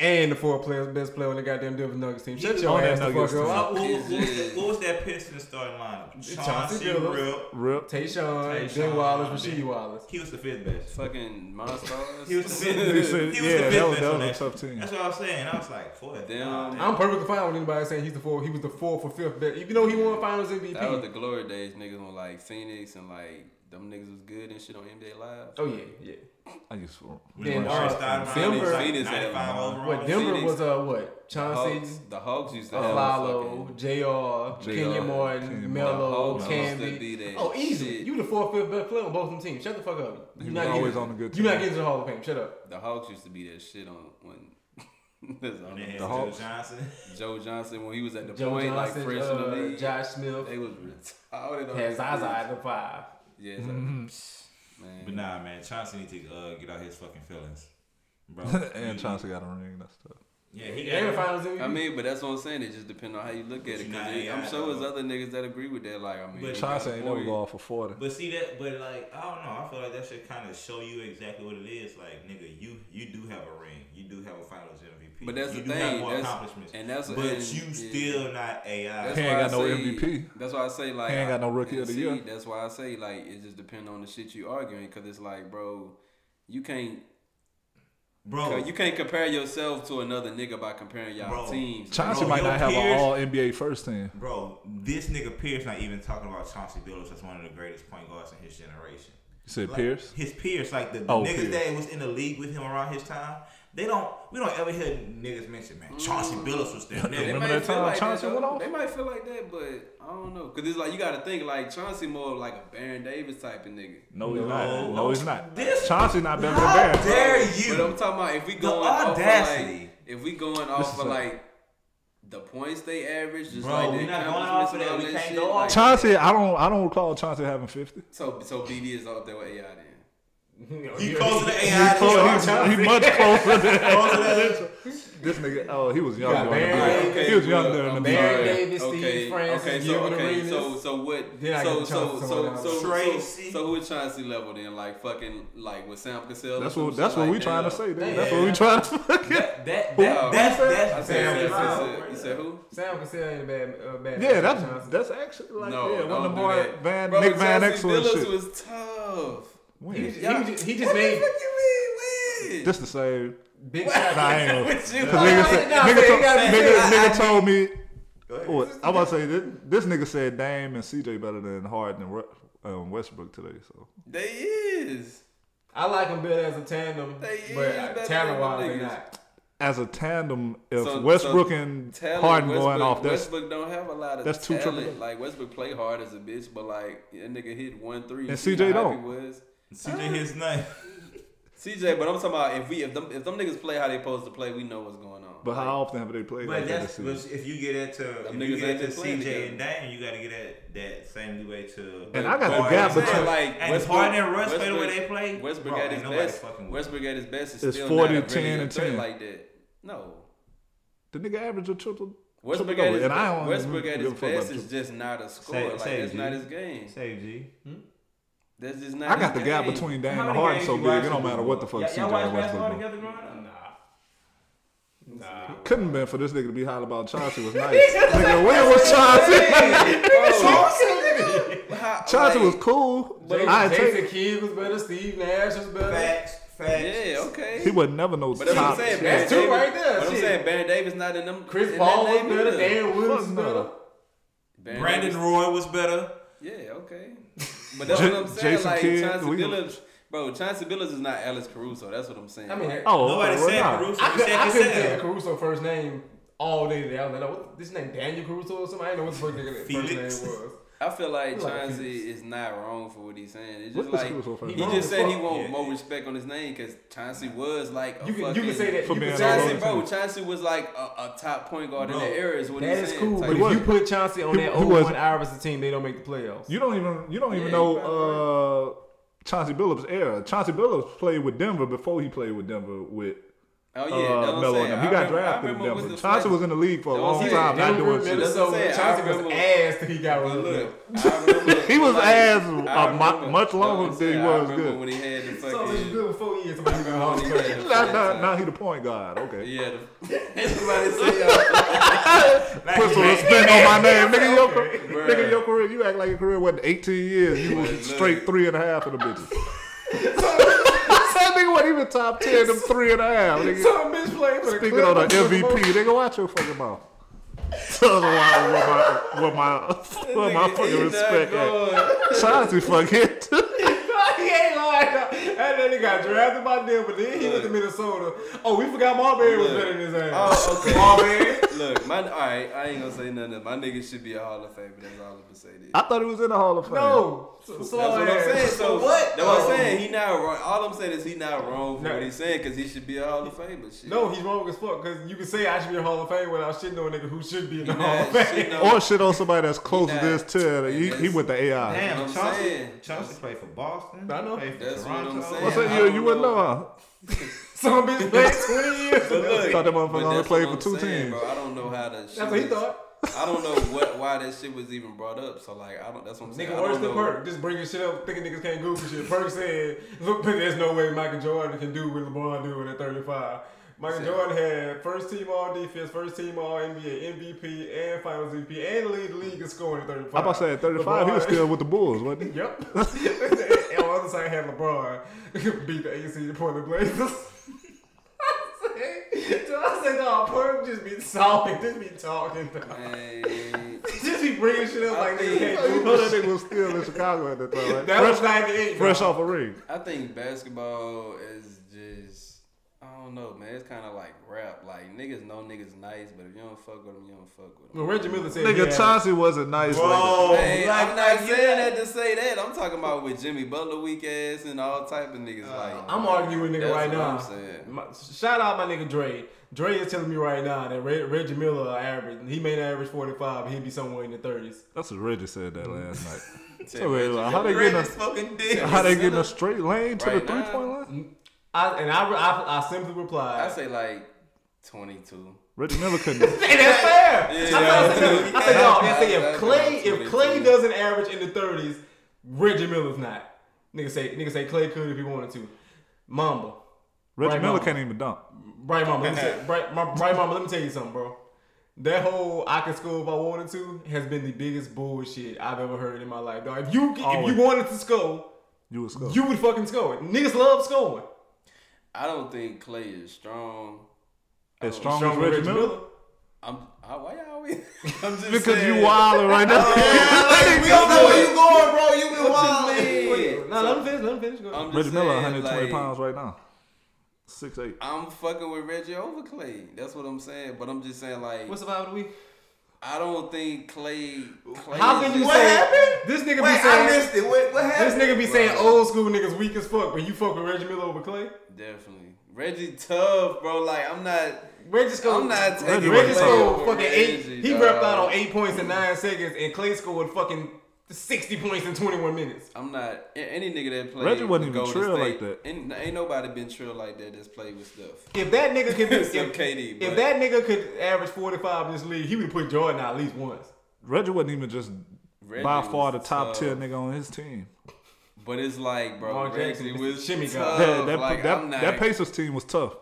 And the fourth player, best player on the goddamn Denver Nuggets team. Shut was your on that ass the fuck Nuggets team. up. What, what, what, was It's the, what was that Pistons starting lineup? Chauncey Chauncey Billups. Rip. Rip. Tayshawn, Tayshaun, Ben Wallace, Ben- Rasheed Wallace. He was the fifth best. Fucking monsters. He was the fifth He best. said- He was Yeah, the that fifth was best that on was a that. tough team. That's what I was saying. I was like, four. Damn. I'm perfectly fine with anybody saying he's the four. He was the fourth or fifth best. Even though he won Finals MVP. That was the glory days, niggas on like Phoenix and like them niggas was good and shit on NBA Live. oh yeah, yeah. I used to. Then, Yeah, uh, Denver- Denver, like Phoenix had 95 one. overall. What Denver Phoenix. was uh what Chauncey, Hawks, the Hawks used to Oh, have Aflalo, Jr., J.R., Kenya Kenyon Martin, fucking- the Melo, Hawks used to Camby. be that Oh, easy. shit. You the fourth, fifth best player on both them teams. Shut the fuck up. He You're was not always getting, on the good You're not team. getting to the Hall of Fame. Shut up. The Hawks used to be that shit on when *laughs* that's And then on had The Joe Hawks. Johnson. Joe Johnson when he was at the Joe point, Johnson, like fresh in the uh, league. Josh Smith, They was retarded. on had that Zaza Mm-hmm. at the five. shit. Yeah, it's like, man. But nah, man, Chauncey need to uh, get out his fucking feelings, bro. *laughs* And Chauncey got a ring. That's tough. Yeah, he And the got. Finals MVP. I mean, but that's what I'm saying. It just depends on how you look at it. You 'cause know, it- I'm yeah, sure there's uh, other niggas that agree with that. Like, I mean, But you Chauncey got ain't four never years. go off for forty. But see that, but like I don't know. I feel like that should kind of show you exactly what it is. Like nigga, you you do have a ring, you do have a Finals MVP, But that's you the do thing, have more that's- accomplishments, and that's- but and- you yeah. still not AI. That's He why ain't I got no say- MVP. That's why I say like He ain't got no I- Rookie and of the see, Year. That's why I say like it just depends on the shit you arguing because it's like, bro, you can't bro, you can't compare yourself to another nigga by comparing y'all Bro. teams. Chauncey Bro, might your not have an peers- All NBA first team. bro, this nigga Pierce not even talking about Chauncey Billups as one of the greatest point guards in his generation. You said Like, Pierce. His peers, like the, the Oh, niggas Pierce. that was in the league with him around his time, they don't. We don't ever hear niggas mention man. Chauncey Mm. Billups was *laughs* there. They Remember might nigga. that feel time like Chauncey though. went off? They might feel like that, but I don't know. Cause it's like you got to think like Chauncey more like a Baron Davis type of nigga. No, he's not. No. No, he's not. This- Chauncey not better How than Barry. dare But I'm you? talking about if we going off of like audacity. if we going off is of a- like the points they average, just Bro, like we the not going accomplishments off of and that. all We can't shit, go like- off. Chauncey, I don't, I don't recall Chauncey having fifty. So so BD is off there with AI then. He closer to AI. *laughs* He, than close, Chauncey. he's- he much closer than this nigga. Oh, he was young. got during the Barry league. Davis, he was young well, during the Barry league. Davis, Steve Francis, so, Gilbert Arenas. so so what? Then I so, get the chance so, to so, someone else. so, so, Tracy. So who is Chauncey level then? Like fucking like with Sam Cassell. That's or some what. That's shit what like we that? trying to say. Nigga. That's Yeah. what we trying to *laughs* fucking. That, that, Who? that, that's I that's said, Sam you said- Cassell. you said- you said who? Sam Cassell ain't a bad, uh, bad. Yeah, Chauncey. that's that's actually like no, yeah, one don't of the do more that. Van Bro, Nick Van Chauncey X was Billups shit. was tough. He, was When? just- he, was just- he just What the made fuck you mean? Win? Just the same. big shots. Nah, I *laughs* ain't gonna- What you- Cause Nah, nigga, said, nah, nigga, man, told, you gotta say- nigga, nigga told me. ahead. What, I'm about to say this, this nigga said Dame and CJ better than Harden and Ru- um, Westbrook today. So They is. I like him better as a tandem, Hey, yeah, but he's better uh, than talent wise, them they niggas. not. as a tandem, if So- Westbrook so and Talent, Harden Westbrook, going off, that's Westbrook don't have a lot of that's two triple talent. doubles. Like Westbrook play hard as a bitch, but like that nigga hit one three. you And see CJ how happy don't. he was. CJ his name. CJ, but I'm talking about if we if them if them niggas play how they supposed to play, we know what's going on. But how often have they played But like that that's this but season? if you get at to if Them you niggas get ain't at to been playing CJ and together. Dame, you got to get at that same leeway to. And I got But the Harden gap I'm saying, between- like and Westbrook- Harden and Russ play the way Westbrook- they play. Westbrook Bro, at his ain't nobody best. fucking with Westbrook at his best is It's still 40, not a 10, really and good threat 10. like that. No, the nigga average a triple. Westbrook triple double, at his, and I best, don't Westbrook at give his a fuck about best the is triple- just not a score. Say- like say that's it, not G. his game. Save G. That's just not. I got his the gap game. between Dame How and many Harden games so you big, it watching don't matter what the before? fuck Y'all- CJ y'all watch and basketball Westbrook do. together growing up? Nah. Nah. Couldn't been for this nigga to be hot about Chauncey *laughs* was nice. nigga, when was Chauncey? How- Chauncey like- was cool. but I ain't Jason take it. Kidd was better. Steve Nash was better. Facts, facts. Yeah, He okay. would never know But that's what I'm top. That's saying. Baron two Davis- right there, But I'm shit. saying Baron Davis not in them. Chris in that Paul was name better. either. Dan Williams was Fuck no. better. Baron Brandon Davis- Roy was better. Yeah, okay. *laughs* But that's Ja- what I'm saying. Jason like Kidd, Chauncey we can- Billups, bro. Chauncey Billups is not Alice Caruso. That's what I'm saying. I mean, Like, Oh, Nobody okay, well, said nah. Caruso. I You could, said I could take yourself. Caruso first name all day today. I was like, oh, what- this name Daniel Caruso or something. I didn't know what the fuck nigga that first name Felix. was. I feel like Like, Chauncey is not wrong for what he's saying. It's What just this like Caruso first he name? just said he Yeah. want more respect on his name because Chauncey was like a You can, you fucking. can say that. For You being can Chauncey, say on that. bro, Chauncey was like a, a top point guard in Bro, that era. Is what That he's is saying. cool, Type but if shit. was- you put Chauncey on he- that he 01 was- Iverson team, they don't make the playoffs. You don't even you don't even Yeah, you know uh, Chauncey Billups' era. Chauncey Billups played with Denver before he played with Denver with oh yeah, uh, that's what I'm Melo. saying. and them. I He got remember- I drafted in remember with Denver. the Chauncey Flex- was in the league for a That long was- time, not Denver, doing shit. That's Minnesota, what I'm saying. Chauncey I was remember- ass till he got But rid look, I remember, *laughs* He was like, ass I a remember- mu- much you know what longer I'm than he saying? was I remember good. when he had the So it was fucking. good for four years. Somebody got when hard to he had the play. Now, now, fucking- now he the point guard. Okay. Yeah, the, everybody say uh, Put some *laughs* respect on my name, nigga. Your, career- Bruh. nigga, your career. You act like your career wasn't 18 years. You was Look. straight three and a half of the bitches. *laughs* That nigga wasn't even top 10 them three and a half. Nigga. Some bitch playing for the Speaking of the Clippers. MVP, nigga, watch your fucking mouth. *laughs* Tell them why- where my where my where my fucking respect at. Chauncey fucking. he ain't lying. And then he got drafted by them, but then he went to Minnesota. Oh, we forgot Marbury was Look. better than his ass. Oh, *laughs* okay. Marbury. Look, my all right. I ain't gonna say nothing. My niggas should be a Hall of Famer. That's all I'm gonna say. This. *laughs* I thought he was in the Hall of Fame. No. That's what I'm saying. So what? That's what I'm saying. He not wrong. All I'm saying is he not wrong for No. what he's saying because he should be a Hall of Famer. Shit. No, he's wrong as fuck. Cause you can say I should be in Hall of Fame without shitting on a nigga who should be in the *laughs* Nah, Hall of Fame. shit, no. Or Oh, shit on somebody that's close to Nah. this tier. He, he went to AI. That's what Damn, I'm Chauncey, saying. Chauncey played for Boston. I know. Played for That's what I'm Toronto. saying. What's Yeah, that? I You, don't you wouldn't know. know, huh? Some bitch played *laughs* twenty years. But look, Thought that motherfucker but only that's played what for I'm two saying, teams. Bro, I don't know how that. Shit That's what he was- thought. I don't know what why that shit was even brought up. So like, I don't. That's what I'm saying. I Nigga, don't worse than know. Perk. Just bringing shit up, thinking niggas can't Google shit. *laughs* Perk said, "Look, there's no way Michael Jordan can do what LeBron doing at 35." Michael Shit. Jordan had first team All Defense, first team All NBA, MVP, and Finals MVP, and lead the league in scoring at 35. I'm about to say at 35, he was still with the Bulls, wasn't he? *laughs* Yep. *laughs* and on the other side had LeBron *laughs* beat the AC to Portland Blazers. *laughs* I said, I said, no, Perk just be talking, just be talking, Man, just be bringing shit up like they can't You Google know that shit. nigga was still in Chicago at that time, right? That fresh, was 98. fresh bro. off a ring. I think basketball is just I don't know, man. It's kind of like rap. Like niggas know niggas nice, but if you don't fuck with them, you don't fuck with Well, them. Reggie Miller said he Nigga, had- Chauncey wasn't nice. Bro, Like Hey, like I'm that, not you- saying that to say that. I'm talking about with Jimmy Butler weak ass and all type of niggas. Uh, like I'm arguing with nigga That's right what now. I'm saying. My- shout out my nigga Dre. Dre is telling me right now that Re- Reggie Miller are average. He may not average 45, but he'd be somewhere in the 30s. That's what Reggie said that last night. Tell So, wait, Reggie how they Reggie getting a, smoking dick. *laughs* how they getting a straight lane to Right the three now. Mm. point line? I, and I, I, I simply I replied, say like 22. Reggie Miller *laughs* couldn't. "Hey, that's fair." I yeah. said, I said, "Dawg, I said, if That's Clay, about if Clay 22. doesn't average in the 30s, Reggie Miller's not." Nigga say, nigga say Clay could if he wanted to. Mamba, Reggie Right Miller now. can't even dunk. Bright Mama, let me *laughs* tell, Bright, my, Bright Mama, let me tell you something, bro. That whole I can score if I wanted to has been the biggest bullshit I've ever heard in my life, dog. If you if Always. you wanted to score, You was scored. you would fucking score. Niggas love scoring. I don't think Clay is strong. as strong as Stronger Reggie Miller. I'm. I, why y'all always? *laughs* I'm just Because saying. you wildin' right *laughs* Oh, now. We don't know where you going, bro. You been Oh, wild. Nah, let him finish. Let him finish. Go ahead. I'm just Reggie Miller, saying, 120 like, pounds right now. Six eight. I'm fucking with Reggie over Clay. That's what I'm saying. But I'm just saying, like, What's the vibe of the week? I don't think Clay. Clay How is can just- you What say happened? this nigga Wait, be saying I missed it. What, what this happened? nigga be saying old school niggas weak as fuck, but you fuck with Reggie Miller over Clay? Definitely, Reggie tough, bro. Like I'm not. Reggie scored. I'm not taking Reggie, Reggie scored over fucking eight. Reggie, He dog. repped out on eight points in nine seconds, and Clay scored fucking sixty points in twenty one minutes. I'm not. a- Any nigga that played Reggie wasn't with even Golden trill State- like that. Ain't, ain't nobody been trill like that that's played with stuff. If that nigga could, *laughs* if, Except if KD, but- that nigga could average forty five in this league, he would put Jordan out at least once. Reggie wasn't even just Reggie by far the was top tough. tier nigga on his team. But it's like, bro, Lamar Reggie Jackson, was shimmy shimmy guy. tough. That, that, like, that, I'm not. that Pacers team was tough.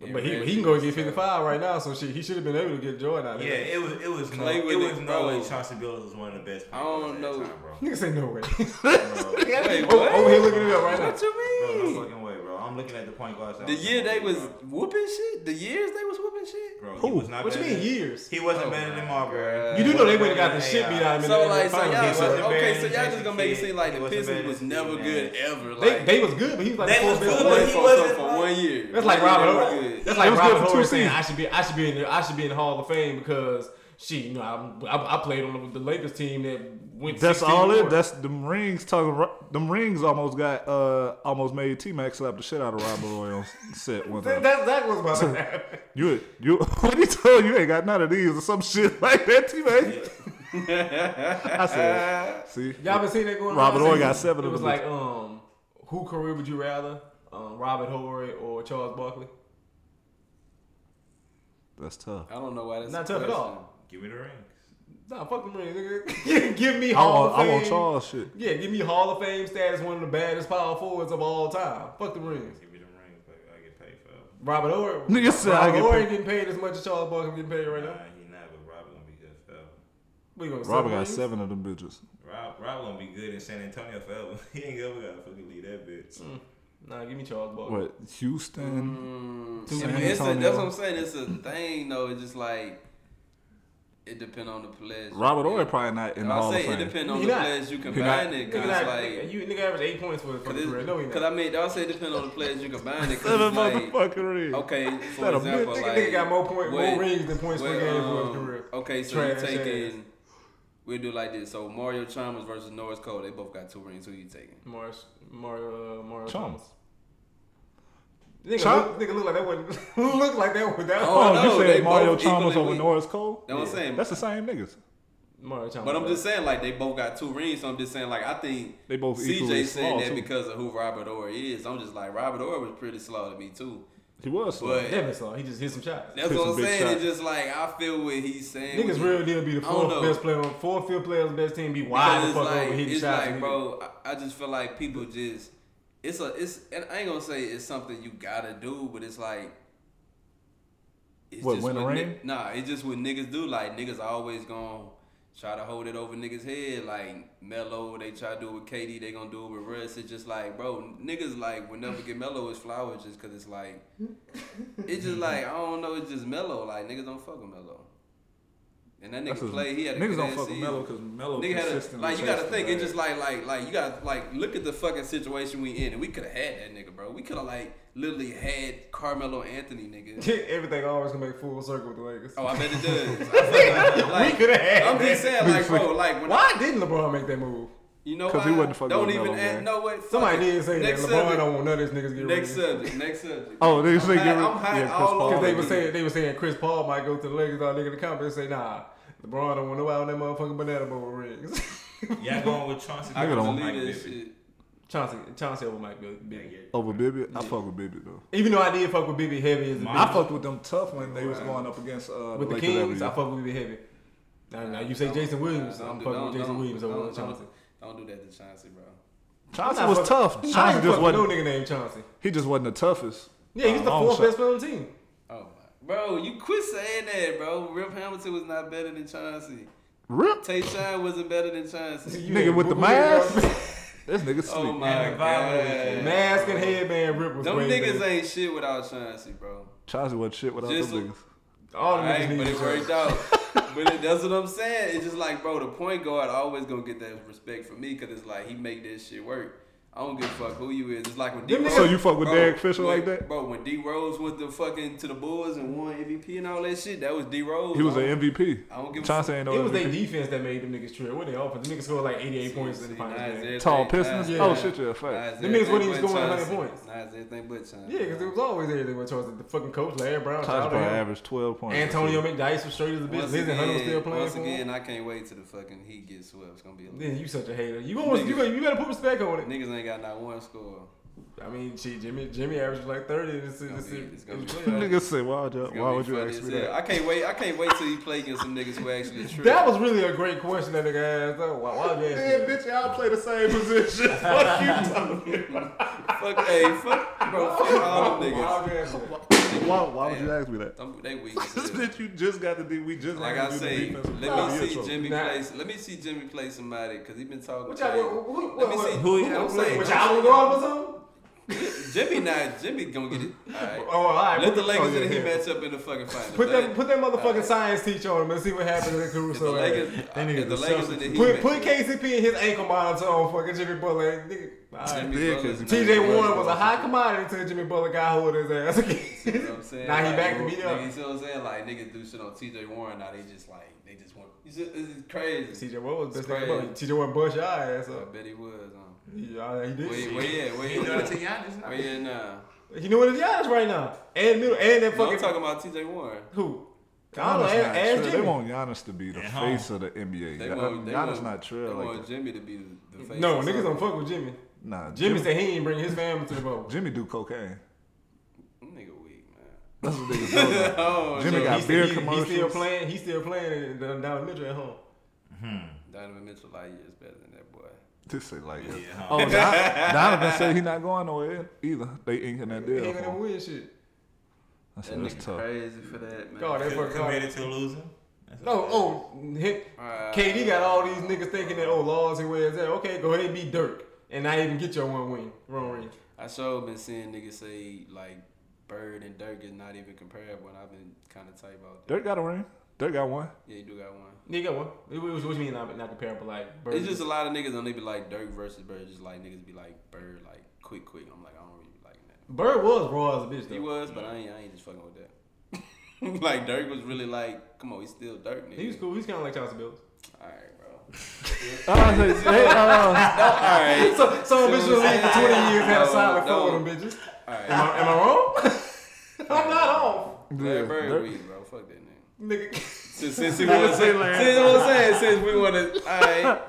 But he, he can go get 55 right now, so shit, he should have been able to get Jordan out of Yeah, there. it was it was no, Clay with it it, was no way bro. Chauncey Billups was one of the best. I don't players know. At that time, Niggas say no *laughs* way. bro. bro. Wait, Oh, what? over here looking it up right now. What you Bro, mean? no fucking way, bro. I'm looking at the point guards. that The year they was bro. whooping shit. The years they was whooping shit. bro, Who? he was not What you better mean than- years? He wasn't Oh better than my Marbury. God. You do know they would have got Wasn't the better shit than beat out of him. in So the like, so finals. y'all, He wasn't so- better okay, than so y'all just Jason gonna make it Kidd. seem like He the wasn't Pistons better was than never Steve good Nash. ever. They, Like they was good, but he was like They the was fourth best good, but They player. was he so- wasn't so for like- one year. That's like They Robert were Howard. good. That's It like was good Robert for two Howard saying I seasons. should be I should be in the, I should be in the Hall of Fame because shit, you know, I, I, I played on the, the Lakers team that went. That's 16 all more. it. That's them rings talking. ru- Them rings almost got uh almost made T Mac slap the shit out of Rob Roy on *laughs* set one that, time. that, that was *laughs* my. You you *laughs* what he told you ain't got none of these or some shit *laughs* like that T Mac. *laughs* I said *laughs* see Y'all been seeing that going Robert on? Ory got seven It of was them. like, um, who career would you rather, um, Robert Horry or Charles Barkley? that's tough. I don't know why that's Not a tough at question. all. Give me the rings. Nah, fuck them rings, nigga. *laughs* give me I Hall want, of I Fame. want Charles shit. Yeah, give me Hall of Fame status, one of the baddest power forwards of all time. Fuck the rings. Give me the rings, baby. I get paid for it. Robert Ory. Nigga said I Robert get Ory paid. ain't getting paid as much as Charles Barkley getting paid right Nah, now. he not, but Rob gonna be good forever. We gonna Robert seven got rings? seven of them bitches. Rob, Rob gonna be good in San Antonio forever. *laughs* he ain't ever gotta fucking leave that bitch. Nah, give me Charles Barkley. What Houston? Mm, San I mean, it's a, Antonio. that's what I'm saying. It's a thing, though. It's just like it depends on the players. Robert Ory probably not in the I Hall of say it Fame. depends on He the not. players you He not. combine it. Nigga, Cause not, like, you nigga average eight points for for cause, the career. No, he it's, not. cause I mean, I'll say it depends on the players you combine it. Cause Seven it's like, motherfucking rings. okay, That for a example, Nigga, like nigga got more point, what- more rings than points per game Well, for his um, career. Okay, so you Trash ass. taking we'll do like this. So Mario Chalmers versus Norris Cole, they both got two rings. Who you taking? Morris, Mario, uh, Mario Chalmers. Thomas. Nigga, Chal- look, nigga look like that one. *laughs* look like that one. That Oh, Oh, one. no, you they said Mario both Chalmers equally over weak. Norris Cole? That's what I'm saying. That's the same niggas. Mario Chalmers. but I'm just saying, like they both got two rings. So I'm just saying, like I think They both equally CJ small said that too. because of who Robert Orr is. I'm just like Robert Orr was pretty slow to me too. he was. slow. But- Devin saw. He just hit some shots. That's Took what some I'm big saying. It's shots. just like I feel what he's saying. Niggas when- real deal be the I don't know. fourth best player on fourth field player on the best team be wide the Because fuck it's over like, hitting it's shots. like, nigga. bro, I I just feel like people just it's a it's and I ain't gonna say it's something you gotta do, but it's like it's What, win the ni- ring? Nah, it's just what niggas do. Like niggas always gonna try to hold it over niggas head. Like Melo, they try to do it with KD, they gonna do it with Russ. It's just like, bro, niggas like would never get Melo his flowers just cause it's like it's just like I don't know, it's just Melo. Like niggas don't fuck with Melo. And that nigga That's his- play, he had a niggas good don't ass fuck with season. Melo because Melo Nigga had a, consistently like you gotta chased think him, it's man. just like like like you gotta like look at the fucking situation we in and we could have had that nigga bro we could have like literally had Carmelo *laughs* Anthony nigga everything always gonna make full circle with the Lakers. oh I bet it does I feel we like, could have like, had. I'm that. just saying *laughs* like bro like when I, Why didn't LeBron make that move? you know 'Cause he why? wasn't fucking don't with even Melo, add, man. no wait fuck Somebody it. did say next that LeBron subject, don't want none of these niggas get next rings. subject next subject Oh, they say I'm get high- rid- I'm high yeah, Chris all Paul. over Because they it, were dude. saying they were saying Chris Paul might go to the Lakers. All nigga in the comments say nah, LeBron don't want nobody on that motherfucking banana boat rings. *laughs* Y'all going with Chauncey I Nigga can don't- Billups, believe Mike that Bibby. shit Chauncey Chauncey over Mike Bill- Yeah, Bibby. yeah. over Bibby. I fuck with Bibby though. Even though I did fuck with Bibby heavy as a My- bitch. I fucked with them tough when they was going up against uh, with the Lakers every Kings, I year. fuck with Bibby heavy. Now, now you say Don't- Jason Williams, don't I'm do- fucking don't- with Jason don't- Williams over don't- Chauncey. don't don't do that to Chauncey bro Chauncey I'm not was fucking- I tough. Chauncey ain't just fucking with no wasn't. nigga named Chauncey. He just wasn't the toughest. Yeah, he's Uh, the long fourth shot. best player on the team. oh my bro you quit saying that bro Rip Hamilton was not better than Chauncey. Rip. Tayshawn wasn't better than Chauncey. You Nigga ain't with the boo-boo nigga, mask. This nigga sleep. Oh my Yeah, god. violent. Man, *laughs* Mask and headband rip was Them way niggas better. ain't shit without Chauncey, bro. Chauncey wasn't shit without Just- them niggas. All the niggas Alright, but need it each other. worked out. but it, that's what I'm saying. It's just like, bro, the point guard always gonna get that respect from me because it's like he make this shit work. I don't give a fuck who you is. It's like when D Them Rose, niggas- So you fuck with bro, Derek Fisher when- like that? bro. When D Rose went to fucking to the Bulls and won MVP and all that shit, that was D Rose. He was I don't- an MVP. I don't give a Chauncey ain't no It was their MVP. defense that made them niggas trip. What they offense? The niggas scored like 88 points in the See, now finals it's game. everything- Tall now Pistons. Yeah. it's- Oh shit, yeah, now Them fact. it's niggas everything wouldn't even but score 100 Chauncey. points. Now it's everything but Chauncey. Yeah, because there was always everything with Charles. The fucking coach, Larry Brown, Chauncey shout out to probably him. averaged twelve points. Antonio McDice was straight as a bitch. Once Lizzie Hunter was still playing once for again, him. I can't wait till the fucking Heat gets swept. It's gonna be a Then you such a hater. You almost, you, Niggas- gonna- you better put respect on it. niggas ain't got not one score. I mean, shit, Jimmy Jimmy averaged like thirty. in This, It's gonna this, be, it's gonna be this- funny. Niggas say, why would you, It's gonna why be would you funny ask as me hell. that? I can't wait. I can't wait till you play against some niggas *laughs* who actually true. that was really a great question that nigga asked. though. Why, why would you ask me that? y'all play the same position. fuck. Hey, fuck, bro. Fuck all them Why *laughs* niggas. would you ask me that? why, why would you Damn. ask me that? Them- They *laughs* weak. as This hell. bitch, you just got to do. We just Like got to I do the say, defensive let me player. see So, Jimmy Nah. play. Let me see Jimmy play somebody because he been talking. What shit. y'all? What, what, Let what, me see. what, Who what, he- what, I'm saying- what y'all gonna go up or something? Jimmy not. Jimmy gonna get it. All right. Oh, all right. Let Put, the Lakers yeah, and he yeah. match up in the fucking final. put that If put that motherfucking Alright. science teacher on him and see what happens in the Caruso. area. Lakers, They need if the to Lakers sell and the Heat Put match put up, KCP in his ankle monitor on fucking Jimmy Butler. and Nigga, all right. Jimmy Yeah, Butler- 'cause TJ Warren was a high commodity until Jimmy Butler got hold of his ass You know what again. *laughs* I'm saying? Now he Like, back to me up. nigga, You see what I'm saying? Like niggas do shit on TJ Warren. Now they just like they just want. It's, just, it's crazy. TJ Warren was the best It's thing about TJ Warren bust your ass I up. bet he was. um, Huh? Yeah, he did. Wait, wait, *laughs* yeah, wait, You know, to yeah, *laughs* Giannis, wait, yeah, nah. He knew what his Giannis right now. And middle and that No, fucking I'm talking about TJ Warren. who? I don't know. Giannis not Ask, trail. ask They Jimmy. want Giannis to be the At face of the NBA. They Gian- want, they Giannis want, not They trail like want that. Jimmy to be the, the face. No, or niggas something. don't fuck with Jimmy. Nah, Jimmy Jimmy. said he ain't bring his family to the boat. *laughs* Jimmy do cocaine. Them Nigga weak, man. That's what *laughs* niggas know. now. oh, Jimmy Jimmy got- He, beer he, he still commercials. playing. He still playing down down Mitchell at home. Donovan Mitchell like years better than that boy. This ain't like that. Yeah. Oh, Don- *laughs* Donovan said he not going nowhere either. They inking that He deal. ain't gonna for him. win shit. I That said nigga that's tough. crazy for that, man. God, that Com- fucking God. Committed to losing. That's No, what oh, him, Uh, KD got all these niggas thinking that oh laws and where's that? Okay, go ahead and be Dirk and not even get your one win, wrong ring. I sure been seeing niggas say like Bird and Dirk is not even comparable, and I've been kind of tight about that. Dirk got a ring. Dirk got *laughs* one. Yeah, you do got one. Nigga, what? It was what you mean not, not comparable like? Bird. It's just a lot of niggas don't even like Dirk versus Bird. Just like niggas be like Bird, like quick, quick. I'm like, I don't really like that. Bird was raw as a bitch He though. was, but I ain't, I ain't just fucking with that. *laughs* like Dirk was really like, come on, he's still Dirk, nigga. He was cool. He's kind of like Chauncey *laughs* Billups. All right, bro. Oh, I said, hey, uh, All right, So, so a bitch was leave for *laughs* 20 years had a No, silent no. phone, them bitches. *laughs* all right. Am I, am I wrong? I'm not off. yeah, Larry Bird, weak, bro. Fuck that nigga. *laughs* Nigga, Since, since he was, since, I'm saying, since we want to, *laughs* all right,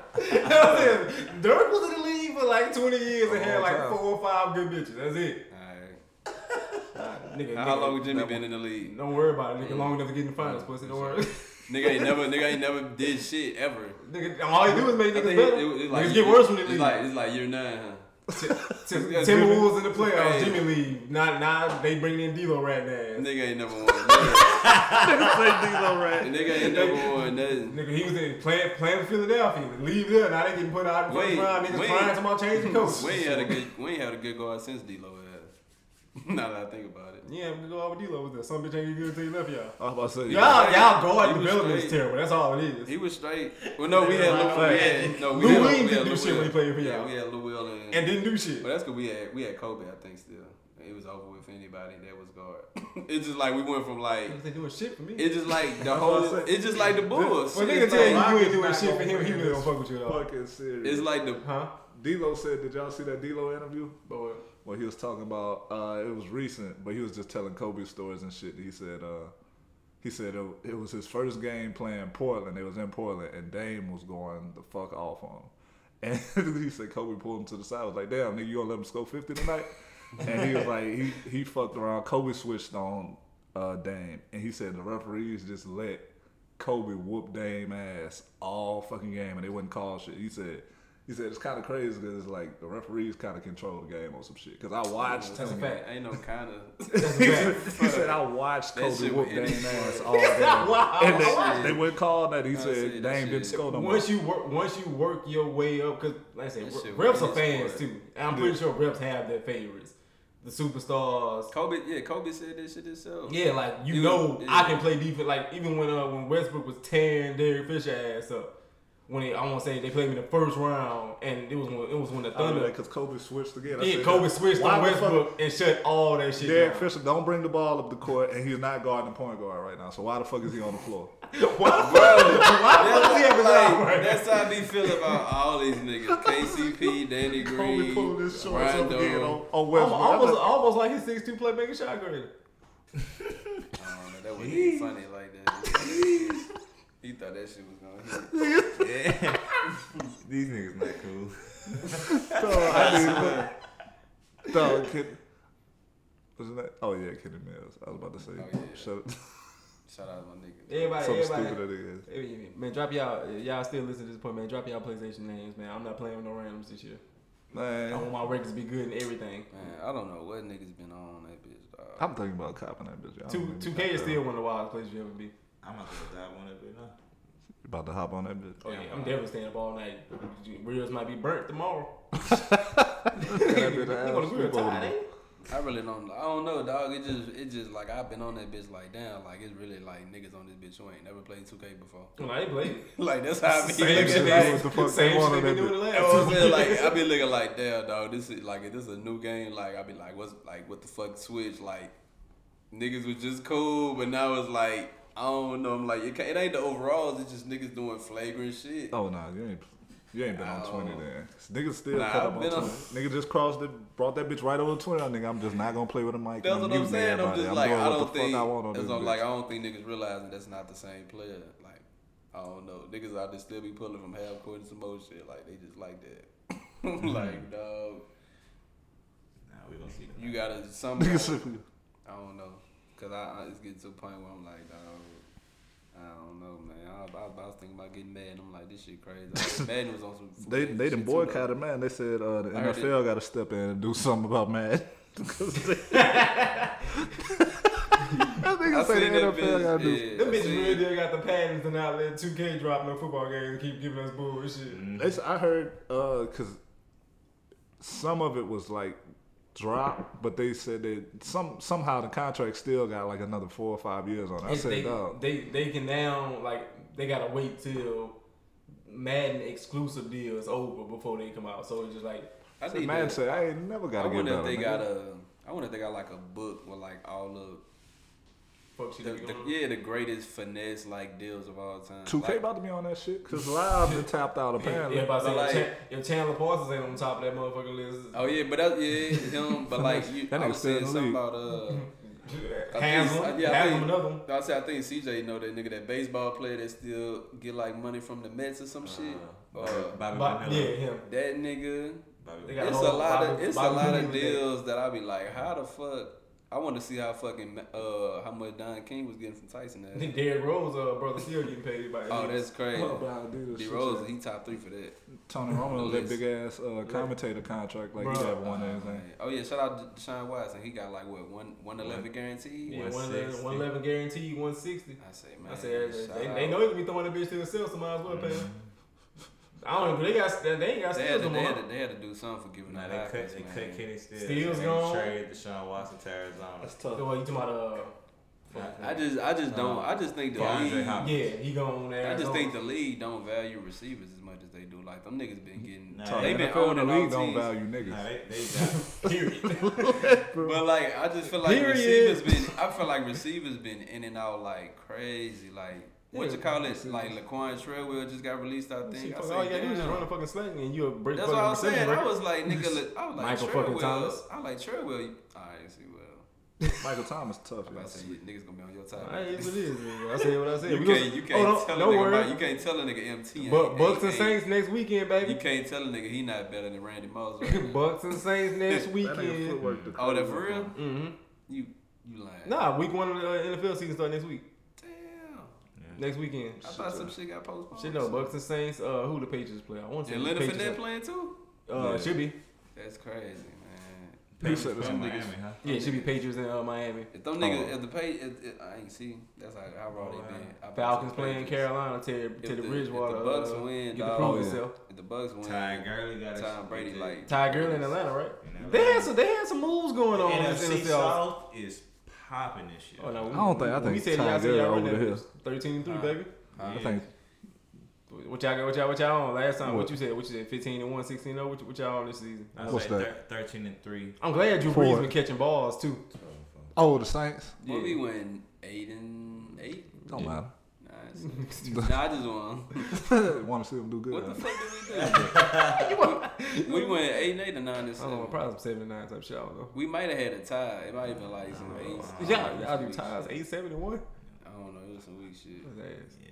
Dirk was in the league for like 20 years and had long like time. four or five good bitches. That's it. all right. Nigga, How nigga, long has Jimmy been in the league? Don't worry about it, nigga. Long enough to get in the finals, pussy. Don't *laughs* worry. Nigga ain't never, nigga ain't never did shit ever. nigga, all you do is make I niggas think better. it, it, it's like niggas get worse when they it's leave. *laughs* Like, it's like year nine, huh? Tim- it's Timberwolves in the playoffs, Hey. Jimmy leave. Now, now they bring in D'Lo right now. Nigga *laughs* ain't never won. Nigga, nigga ain't never won nothing. Nigga, he was in playing playing for Philadelphia. Leave there, now they getting put out in Wait, the prime. Niggas wait. crying tomorrow changing coach. We ain't had a good, we ain't had a good guard since D'Lo had. *laughs* now that I think about it, *laughs* Yeah, we go out with D'Lo with that. Some bitch ain't good until he left y'all. I was about to say, Y'all, y'all He guard was development is straight. terrible. That's all it is. he was straight. Well, no, we had Lou. We had no, we Lou had, Williams we had didn't do shit Will. when he played for Yeah, y'all. we had Lou Will and, and didn't do shit. But that's because we had we had Kobe, I think. Still, it was over with anybody that was guard. *laughs* it's just like we went from like They doing shit for me. it's just like the That's what I whole. said. It's just like the Bulls. well, nigga it's, tell like, you you ain't doing Rockets shit for not him. gonna He really win don't this fuck with you at all. fucking serious. it's like the Huh? D'Lo said, did y'all see that D'Lo interview? Boy. Well, he was talking about uh, it was recent, but he was just telling Kobe stories and shit. He said uh, he said it, it was his first game playing Portland. It was in Portland, and Dame was going the fuck off on him. *laughs* And he said Kobe pulled him to the side. Was like, "Damn, nigga, you gonna let him score fifty tonight?" *laughs* and he was like, he he fucked around. Kobe switched on uh, Dame, and he said the referees just let Kobe whoop Dame ass all fucking game, and they wouldn't call shit. He said. He said it's kind of crazy because it's like the referees kind of control the game on some shit. Because I watched That's a him. fact. ain't no kind *laughs* of. he said I watched That Kobe shit whoop was- Dame ass *laughs* all game. Wow. And watched they, it. they wouldn't call that. He I said said that Dame didn't shit. score no more. Once you work, once you work your way up, cause like I said, That shit reps was are fans sport. too. And I'm pretty sure reps have their favorites, the superstars. Kobe, yeah, Kobe said that shit himself. Yeah, like you You- know, yeah. I can play defense. Like even when uh, when Westbrook was tearing Derrick Fisher ass up, when they, I want to say they played me in the first round, and it was when it was when the Thunder, Because Kobe switched again. I yeah, said, Kobe switched why on the fuck Westbrook and shut all that shit Derek down. Fisher don't bring the ball up the court, and he's not guarding the point guard right now. So why the fuck is he on the floor? *laughs* Why the Bro, fuck? that's, does he have his like, eye right that's how we feel about all these niggas. KCP, Danny Kobe Green, pulling his shorts up again Rondo. on, on Almost, Westbrook. almost, almost like his six two playmaking shot grader. I don't know, that wasn't even funny like that. He thought that shit was gonna hit. These niggas not cool. *laughs* *laughs* I thought- dog, I *laughs* mean, dog, kid. What's his name? Oh yeah, Kenny Mills. I was about to say. Oh, yeah. Shut up. *laughs* Shout out to my nigga. Everybody, *laughs* Something everybody. stupid that it is. Man, drop y'all. Y'all still listen to this point, man. Drop y'all PlayStation names, man. I'm not playing with no randoms this year. I want Man, my records to be good and everything. Man, I don't know what niggas been on that bitch, dog. I'm thinking about copping that bitch. y'all. Don't Two make me two cop K is Oh, that. still one of the wildest places you ever be. I'm not gonna dive on that bit now. about to hop on that bitch. Oh yeah, I'm definitely staying up all night. Reels might be burnt tomorrow. *laughs* Look at that You bitch gonna ass grill sleep over tired, there. ain't you? I really don't. I don't know, dog. It just, it just like I've been on that bitch like damn, like it's really like niggas on this bitch who ain't never played 2K before. Well, I ain't playing. *laughs* like that's how I be Same looking shit shit at. they they was the fuck they same want shit on they that been doing the *laughs* You know what last I'm two. *laughs* saying? Like I be looking like damn, dog. This is like if this is a new game. Like I be like, what's like what the fuck switch? Like niggas was just cool, but now it's like I don't know. I'm like it, ca- it ain't the overalls. It's just niggas doing flagrant shit. Oh nah, you ain't you ain't been on Oh. twenty then. Niggas still Nah, caught I've up on been twenty. on- Nigga just crossed it, brought that bitch right over twenty. I nigga, I'm just not gonna play with a mic. That's and what I'm muting saying. I'm everybody. just like doing I what don't the fuck think. I want on that's this what I'm bitch. *laughs* like I don't think niggas realizing that's not the same player. Like I don't know. Niggas out there still be pulling from half court and some old shit. Like they just like that. *laughs* *laughs* like dog, Nah, we gonna see. you *laughs* gotta something. Nigga said, I don't know, cause I, I it's getting to a point where I'm like, dog, I don't know, man. I, I, I was thinking about getting mad. and I'm like, this shit crazy. *laughs* Like, Madden was on some. fool They ass they done shit too, though. boycotted man. They said uh, the I heard NFL got to step in and do something about Madden. *laughs* 'Cause *laughs* they- That I nigga say seen the that NFL got to do. bitch. Yeah, Them I bitches seen really it. deal got the patterns and not let 2K drop no football games and keep giving us bullshit. They s- I heard because some of it was like dropped, but they said that some somehow the contract still got like another four or five years on it. I It's- said, they, dog. they they can now like they gotta wait till Madden exclusive deal is over before they come out. So it's just like I The think man that- said, I ain't never I got to get wonder better. if they nigga." got a. I wonder if they got like a book with like all of fuck shit. the, that be the going on. yeah the greatest finesse like deals of all time. 2K Like, about to be on that shit because live they tapped out apparently. Yeah, about to say, But if like- Chan- if Chandler Parsons ain't on top of that motherfucking list, Oh yeah, but that, yeah, him. But like you, That I nigga was still in saying the something league. about uh. I hands think- on, uh, yeah, I hands think- on another one. I say I think CJ know that nigga that baseball player that still get like money from the Mets or some shit. Uh, But, Bobby yeah, Manila. him. that nigga. Uh-huh. They Bobby got It's a whole lot of Bobby- it's a Bobby lot Kennedy of with that. deals that I be like, how the fuck? I want to see how fucking uh how much Don King was getting from Tyson. I That. think Derrick Rose, uh, brother, still getting paid by. Oh, *laughs* that's crazy. Oh, about to do this D shit, Rose, yeah. he top three for that. Tony Romo was that List. big ass uh, commentator contract. Like he Bruh. had one and everything. Oh yeah, shout out to Deshaun Watson. He got like what one one eleven guaranteed. yeah, one eleven, one eleven guaranteed, one sixty. I say man, I said shout they, out. they know he can be throwing that bitch to himself, so might as well pay him. I don't know, but they got they ain't got They had, steals to, no they, had more. to, they had to do something for giving Nah, that they cut, offense, they man. cut Kenny Stills. Steals they gone. Traded Deshaun Watson to Arizona. So what you talking about? uh, I just, I just don't. I just think the DeAndre league. Uh, Hopkins. yeah, he gone there. I just think the league don't value receivers as much as they do. Like them niggas been getting, Nah, they the been NFL in owning the all league teams. don't value Nah, niggas. they, they got *laughs* period. But like, I just feel like Period. receivers been. I feel like receivers been in and out like crazy. Like what you call it? Like Laquan Treadwell just got released. I think. I All you gotta say, do is just damn. run the fucking sling and you'll break That's fucking what I was reception saying. I record. was like, nigga, li- I was like Michael fucking Thomas. Treadwell. I like Treadwell. All right, see well. Michael Thomas tough. I'm yeah. about to say niggas gonna be on your top. *laughs* All right, it is what it is, nigga. I said what I said. You We can't, gonna- you can't oh, no, tell no a nigga worry. about, you can't tell a nigga MT. Bu- ain't- Bucks and ain't- ain't- Saints next weekend, You baby. *laughs* can't tell a nigga he not better than Randy Moss. Right now. Bucks and *laughs* Saints next That nigga weekend. footwork the oh, that crazy. for real? Mm-hmm. You you lying? Nah, week one of the uh, NFL season start next week. Damn. Next weekend. I thought some shit got postponed. Shit, no, Bucks and Saints. Uh, who the Patriots play? I want to say And the Leonard Fournette Patriots. playing too? Uh, Yeah. should be. That's crazy, man. Who said this? from Miami, huh? Yeah, it should be Patriots in uh, Miami. If them niggas, if the pay, if, if, I ain't see. That's how, how raw they Oh, been. I bet Falcons some playing Patriots- Carolina. Terry, If Terry the- if Bridgewater. the Bucks uh, win, get to dog. prove Oh, yeah. himself. If the Bucks win, Ty Gurley got a Tom Brady like Ty Gurley in Atlanta, right? In They Atlanta. had some. They had some moves going The on in this NFC NFL. offseason. South is popping this year. Oh, no, I don't think- I think Ty Gurley over the hill. Thirteen three, Huh? baby. I think What y'all got? What y'all? What y'all on last time? What What? you said? What you said? Fifteen and one, 16 and zero. What, you- what y'all on this season? I What's say that? thir- thirteen and three. I'm glad Drew Four. Brees been catching balls too. oh the Saints What Yeah. we win eight and eight? don't matter. Nah, *laughs* it's- nah I just won. Want to see them do good? What the *laughs* fuck did we do? we went eight and eight and nine and I don't know, seven. probably some seven and nine type shit. I don't know. We might have had a tie. It might have been like some *laughs* eight. Yeah, y'all do ties eight seven and one. I don't know. It was some weak shit. His ass. Yeah.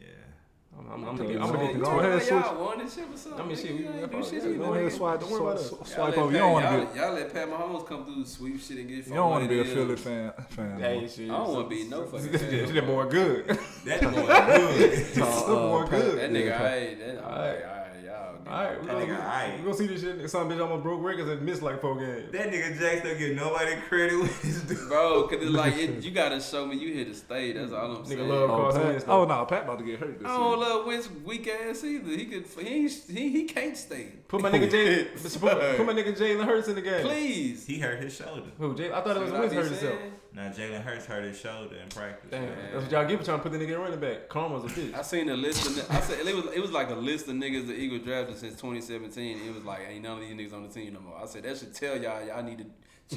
I'm, I'm, I'm, Tell gonna get- you I'm gonna something. get You Go talking ahead, about switch. y'all won and shit or something? I mean, shit, Nigga, we- y'all ain't do shit yeah, either, Go ahead, nigga. swipe, Don't worry about swipe, us. swipe, Y'all swipe let over. You Pat- don't want to y'all, be, Y'all let Pat Mahomes come through, sweep shit, and get. you don't want to be a Philly Philly fan. fan Hey, no shit. I don't want to be *laughs* no fucking. Shit, fan. That boy good. That boy good. more. Some more Pat- *laughs* good. *laughs* That yeah, nigga, Pat- alright, that alright, alright, y'all. All right, we're That gonna, nigga, aight. we gonna see this shit. and Some bitch almost broke records and missed like four games. That nigga Jax don't give nobody credit with his dude. Bro, cause it's *laughs* like it, you gotta show me you here to stay. That's all I'm Nigga saying. love- Oh, Carl Pat, Lentz, though. oh no, Pat about to get hurt this I don't year. love Wentz weak ass either. He could he ain't- he, he can't stay. Put my nigga Jay, *laughs* put, put my nigga Jalen Hurts in the game. Please. He hurt his shoulder. Who? Jay, I thought it was See what I Wentz be hurt himself. saying? Now Jalen Hurts hurt his shoulder in practice. Damn, man. that's what y'all get for trying to put the nigga in running back. Karma's a bitch. I seen a list of ni- I said it was it was like a list of niggas that Eagle drafted since 2017. It was like ain't none of these niggas on the team no more. I said that should tell y'all y'all need to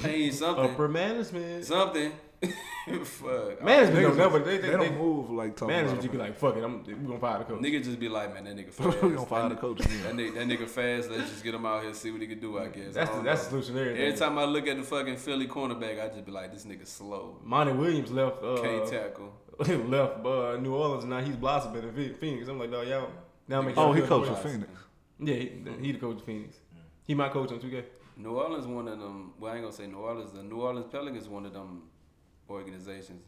*laughs* change something. Upper management. something. *laughs* Fuck. Management Niggas, don't never. They, they they, don't they, move like talking management about just be like, fuck it, I'm we gonna fire the coach. Niggas just be like, man, *laughs* that nigga we fast. gonna fire the that, coach that again. nigga, that nigga fast. Let's just get him out here and see what he can do. I guess. that's I the, don't that's the know. solution. to Everything. Every time I look at the fucking Philly cornerback, I just be like, this nigga slow. Monty Williams left. Can't Uh, tackle. *laughs* left uh, New Orleans. Now he's blossoming in Phe- Phoenix. I'm like, dog, y'all. Now make Oh, y'all he good coached players. with Phoenix. Yeah, he, he the coach of Phoenix. He my coach on 2K. New Orleans one of them. Well, I ain't gonna say New Orleans. The New Orleans Pelicans one of them organizations.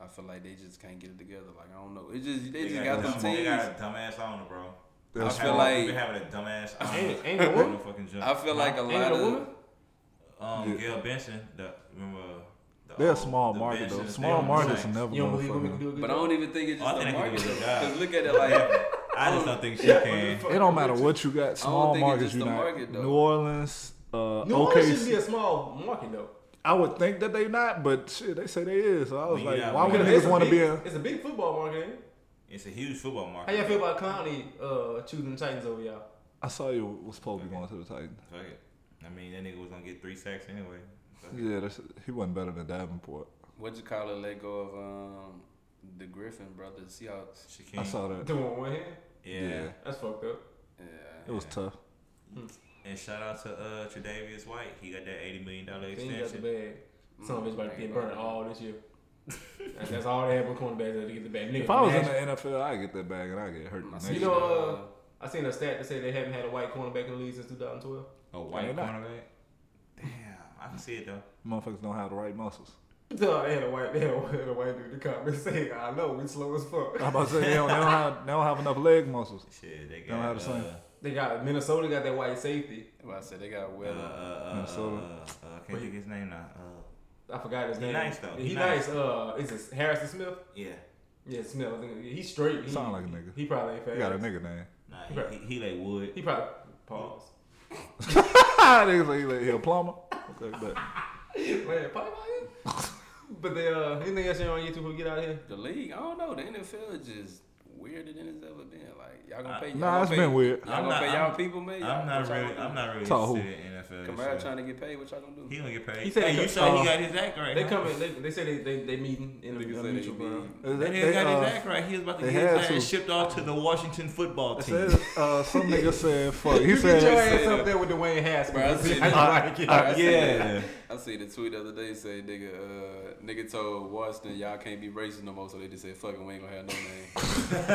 I feel like they just can't get it together. Like I don't know. It just they, just got, a them dumb- They teams. got a dumbass owner, bro. I That's feel why- like- we having a dumbass owner. Ain't, ain't no Ain't woman. no fucking joke. I feel like a Ain't lot no of. woman. um Yeah. Gail Benson. The, remember? The They're a old- small the market though. Bensons, Small they markets are were never You don't believe women can gonna fucking. do a good But I job? don't even think it's Oh, I just the think they can do market. a good job. Because look at it like I just don't think she can. It don't matter what you got. Small think it's markets, just you the not market, though. New Orleans. Uh, New Orleans should be OKC. a small market though. I would think that they not, but shit, they say they is. So I was We like, got- why we would got- It's niggas a want to big- be in? It's a big football market. ain't it? It's a huge football How market. y'all feel about Clowney uh, choosing the Titans over y'all? I saw you was supposed to be going to the Titans. Fuck it. I mean, that nigga was gonna get three sacks anyway. Fuck it. Yeah, that's, he wasn't better than Davenport. what you call it. Let go of um the Griffin brothers. Seahawks. She I can't. saw that. Doing one hand? Yeah. yeah. That's fucked up. Yeah. It was tough. And shout out to uh Tre'Davious White. He got that eighty million dollar Then you got the extension. bag. Some Mm, bitch about to get ain't burned gonna- all this *laughs* year. That's, that's all they have with cornerbacks is to get the bag. Nigga, If I was in the Nash- NFL, I'd get that bag and I'd get hurt. the I next see You year. know, that, uh, I seen a stat that said they haven't had a white cornerback in the league since 2012. *laughs* A Why white not? cornerback. Damn, I can see it though. motherfuckers don't have the right muscles. *laughs* No, they had a white, they had a, had a white dude to come *laughs* and say, "I know we slow as fuck." I'm about to say they don't, they don't have they don't have enough leg muscles. Shit, they Don't got have the same. uh, They got Minnesota got that white safety. Well, I said they got Uh, uh, well. uh, uh, Minnesota. uh, I can't think his name now. Uh, I forgot his He name. nice, though. He, He nice. Uh, is it Harrison Smith? yeah, Yeah, Smith. I think- He's straight. He, Sound like a nigga. He probably ain't fast. You got a nigga name. *laughs* nah, he, he, he like Wood. He probably pause. *laughs* Ah, Niggas say he like- he a plumber. Okay, but Man, probably. but they uh, anything else you on YouTube? We get out of here. the league, I don't know. The NFL is just weirder than it's ever been. Like y'all gonna pay? Y'all nah, gonna it's pay, been weird. Y'all I'm gonna not- pay y'all I'm- people, man. Y'all- I'm not what y'all really, gonna I'm not really Tell who? interested in NFL. do? this year. Kamara trying to get paid. What y'all gonna do? He gonna get paid. He said hey, he you co- saw uh, he got his act right. They huh? come in. They, they say they they, they meeting in Niggas the, say the they mutual ground. *laughs* be- They, That nigga they, got uh, his act right. He was about to they get his had act to. and shipped off to the Washington football it team. *laughs* said, uh, some nigga said fuck. He You get your said ass up there with Dwayne Bro, I Haskins. see I that. like it. I seen yeah. that- I see the tweet the other day say nigga, uh, nigga told Washington y'all can't be racist no more, so they just said fuck it, we ain't gonna have no name. *laughs* I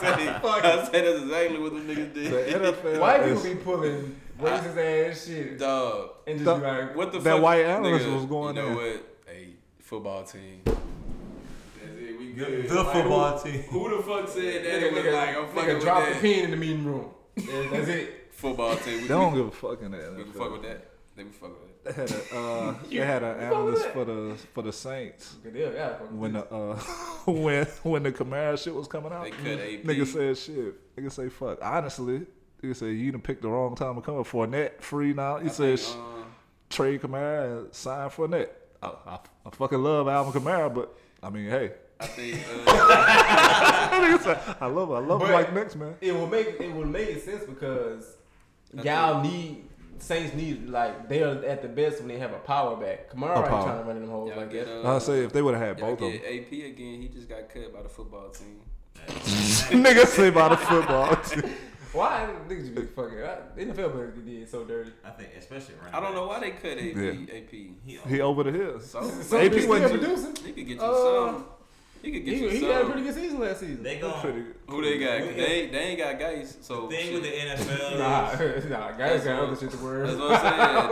said I said that's exactly what them niggas the did. NFL. White people is- be pulling racist ass shit *laughs* Dog, and just The- be like, what the That fuck, white analyst was going You know in. what? Hey, football team. That's it. We good. The Like, football team. Who the fuck said that? nigga, It was nigga, like I'm nigga fucking with drop the that. pin in the meeting room. Yeah, that's it. Football team. We, They we, don't give a fuck in the we can fuck with NFL. that. They can fuck with *laughs* that. They had a, uh, they had an You fuck with analyst that? for the for the Saints Good deal, yeah, fuck when this. the uh, *laughs* when when the Camara shit was coming out. They cut AP. Nigga said shit. Nigga say fuck. Honestly, nigga said you done picked the wrong time to come up. Fournette free now. He I said think, sh um, trade Kamara and sign Fournette. I, I, I fucking love Alvin Kamara, but I mean, hey, I think uh, Nigga said, I love, I love But- Mike Nix, man. it will make it will make sense because I y'all need Saints need like they are at the best when they have a power back. Kamara A ain't power. trying to run in them holes y'all like get that. uh, I say if they would have had y'all both of get them, AP again. He just got cut by the football team. *laughs* nigga say about the football. *laughs* Why niggas you be fucking I, NFL players be did so dirty? I think, especially running. I don't know back. why they cut AP. Yeah. AP. He, he over the *laughs* hill. So Some AP AP still wasn't- producing. he could get you Uh, some. He could get He, you he some. had a pretty good season last season. they going Pretty good. Who they got? 'Cause Yeah. They they ain't got guys. So The thing shit. with the NFL nah, is *laughs* nah, guys got what- other shit to worry. *laughs* That's about.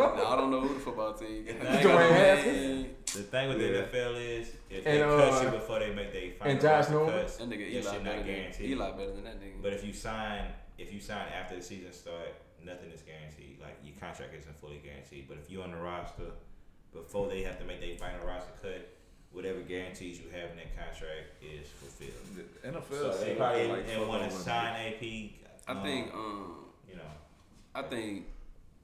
what I'm saying. I don't know who the football team. got. Dwayne Haskins? the thing with Yeah. the NFL is if they And, cuss uh, you before they make they final and Josh roster Norman? cuts, That nigga that Eli shit not better than guaranteed. Eli better than that nigga. But if you sign if you sign after the season start, nothing is guaranteed. Like your contract isn't fully guaranteed. But if you're on the roster before they have to make their final roster cut, whatever guarantees you have in that contract is fulfilled. The NFL So they said, probably like, didn't fuck want all to of sign them. AP. I um, think um you know. I think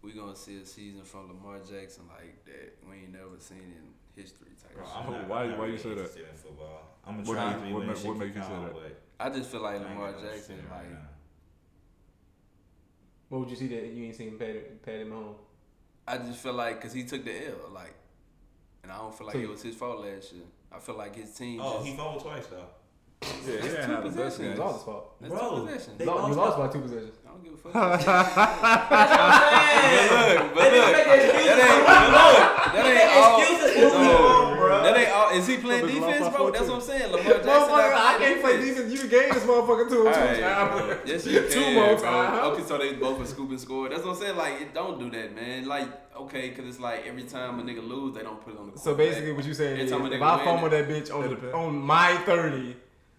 we're gonna see a season from Lamar Jackson like that we ain't never seen in history type Bro, shit. I'm not, Why- I'm not why you really say that? interested In football. I'm gonna What try do to you- be what when ma- this what shit make you keep say going, that? but I just feel I like ain't Lamar got no shit Jackson, right like now. What would you see that you ain't seen Patty, Patty Mahomes? I just feel like because he took the L, like, and I don't feel like So it you- was his fault last year. I feel like his team. Oh, just, he fumbled twice though. Yeah, he That's ain't two had the best possessions. It game. was all his fault. that's Bro, two possessions. they- Lo- I you lost lost by two possessions. don't give a *laughs* fuck. That's what I'm saying. but look, but They look, make excuses. that ain't, but look, that They ain't make all. excuses for No, Lamar, bro. That ain't all. Is he playing Motherfucker, defense, bro? Lamar That's what I'm saying. Lamar Jackson. not Motherfucker, I playing can't play defense. You gave this motherfucker two or two Alright, times. Yes, you can. *laughs* Two more bro. times. Okay, so they both were scoop and score. That's what I'm saying. Like, it don't do that, man. Like, okay, because it's like every time a nigga lose, they don't put it on the. So basically, what you saying Every is, time a if nigga I win fumble it- that bitch on, It the, depends. on my thirty,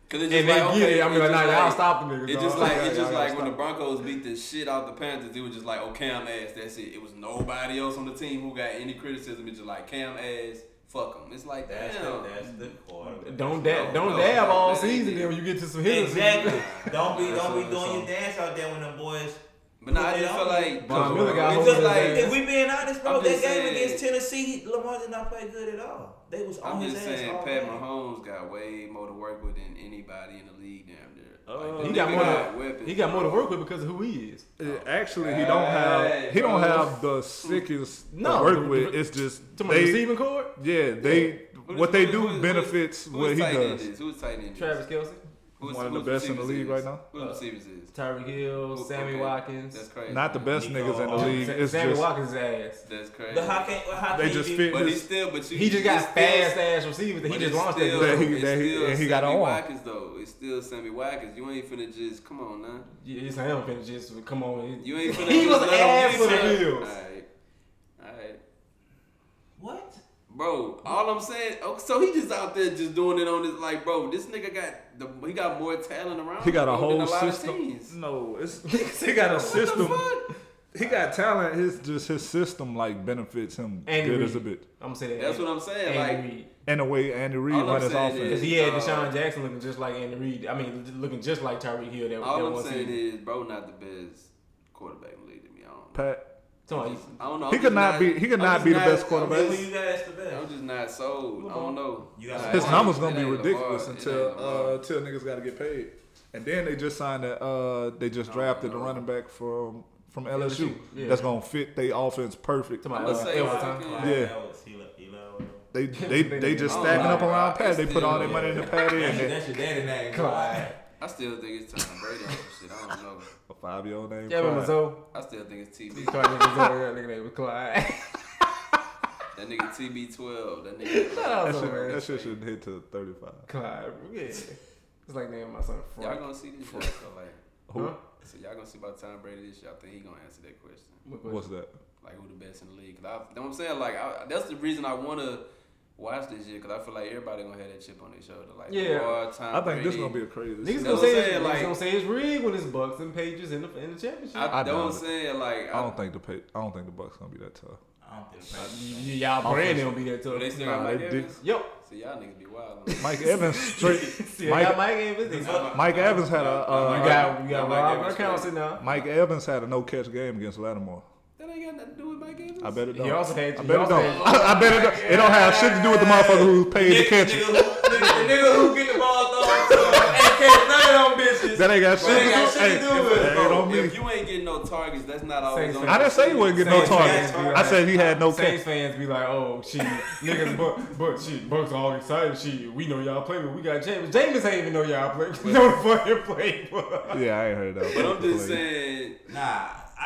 Cause it's and they like, get okay, it, I'm it's gonna be like, just nah, y'all stop the niggas. It's just dog. like it's Y'all just gotta like when the stop. Broncos beat the shit out the Panthers, it was just like, oh Cam ass, that's it. It was nobody else on the team who got any criticism. It's just like Cam ass, fuck him. It's like That's damn. the that's the quarterback. Don't No, dab, don't no, dab no, all that ain't season. it. Then when you get to some hitters, *laughs* Exactly. Don't be That's don't all, be doing your dance that's out there when them boys. but nah, I They just feel don't- like Von Cause Miller got it's hold just of like that. If we being honest, bro, that I'm game just saying- against Tennessee, Lamar did not play good at all. They was on I'm his just ass saying, all Pat game. Mahomes got way more to work with than anybody in the league down there. Uh, that Oh. He got more nigga to, weapons. he got more to work with because of who he is. Yeah, Uh, Actually, he don't have he don't have the sickest to No, work the- with. the- It's just To my they, receiving core, yeah, they Who- what they who- do who- benefits who- what he who's tight end does. is? Who's tight end? is? Travis Kelsey, Who's- One of the who's best in the receivers league is? right now. Who Uh, receivers is? Tyreek Hill, Who- Sammy okay, Watkins. That's crazy. Not the best Nico niggas in the Hall. league. It's Sammy just Watkins' ass. That's crazy. But how can how They can just you fit. be, But he His- still, but you, He just got it's still- fast ass receivers that he but just it's launched still, that. That *laughs* he- it's that he- still and he got Sammy on. Watkins though. It's still Sammy Watkins. You ain't finna just come on now. *laughs* Yeah, It's him finna just come on. *laughs* You *laughs* ain't finna. He just was let ass him- for the Alright. Bills. Alright, alright, what? bro. All I'm saying, oh, so he just out there just doing it on his like, bro. This nigga got the he got more talent around. he got a him than whole a lot Of system. *laughs* teams. No, it's he got a What the system. fuck? He got talent. His just his system like benefits him Andy good Reid. as a bit. I'm gonna say that. That's what I'm saying. Like, And the way Andy Reid All I'm run his saying offense. because he had Deshaun Uh, Jackson looking just like Andy Reid. I mean, looking just like Tyreek Hill. That, that all one I'm saying season. is, bro, not the best quarterback in the league to me. I don't. Pat, Talking about I don't know. He could I'm just not be- he could I'm not just be the best I'm quarterback. just- Who you guys the I'm best? just not sold. I don't know. You got his Why? numbers gonna It be ain't ridiculous Lamar. It until ain't Lamar. uh, until niggas gotta get paid. And then they just signed that uh, they just No, drafted no. the running back from from LSU. yeah. That's gonna fit their offense perfect. To my I'ma uh, say Everton. fucking- Clyde Yeah. Ellis, Eli- Eli- They they they just I don't stacking know, up around bro. Pat. They put all their Still, money in the patty and *laughs* they, That's your daddy name, Clyde. I still think it's Tom Brady or some shit. I don't know. a five year old name. Yeah, remember Clyde. Zoe? I still think it's TB. Sorry, nigga, Zoe. That nigga name was Clyde. *laughs* That nigga TB12. That nigga. Shut up, That Zoe. shit, man. that shit shouldn't hit to thirty five. Clyde. Yeah. It's like naming my son Y'all Frank. gonna see this year. So like, Who? Huh? so y'all gonna see about Tom Brady this year. I think he gonna answer that question. What- what- What's that? Like who the best in the league? Cause I, you know what I'm saying like I, that's the reason I wanna watch this year. Cause I feel like everybody gonna have that chip on their shoulder. Like Yeah. Lamar, Tom I think this Brady. gonna be a crazy. Niggas season. gonna know what say I'm it's, niggas saying? Like- gonna say it's rigged when it's Bucks and Pages in the in the championship. I, I that's what I'm doubt it. saying. Like I don't think the pay, I don't think the Bucks gonna be that tough. I don't think Y- that's- y'all brand don't be there But they too. still Nah, got Mike they Evans. Yo, *laughs* So y'all niggas be *laughs* wild. on that. Mike Evans straight. see, Mike- Mike, Mike Evans. Nah, Mike Evans had a, Nah, uh, Mike you got you Evans- got nah, Mike Rob Evans Gronkowski straight. now. Mike Evans had a no catch game against Lattimore. That ain't got nothing to do with Mike Evans. I bet it don't. He also had. I he bet it also don't. had- I, bet it don't. It don't have shit to do with the motherfucker who paid to catch it. Nigga, who- nigga, the nigga who get the ball thrown to him and catch none of them bitches. That ain't got shit to ain't got do. shit to *laughs* do hey, with it, that ain't bro. on If me. you ain't getting no targets, that's not always Same on thing. I didn't say he wasn't getting no Saints targets. fans be like- I said he had no Saints catch. fans be like, oh, she niggas, but but she Bucks all excited. She we know y'all play, but we got James. James ain't even know y'all play. *laughs* We know the fucking play. but- *laughs* Yeah, I ain't heard that. But I'm just saying, Nah,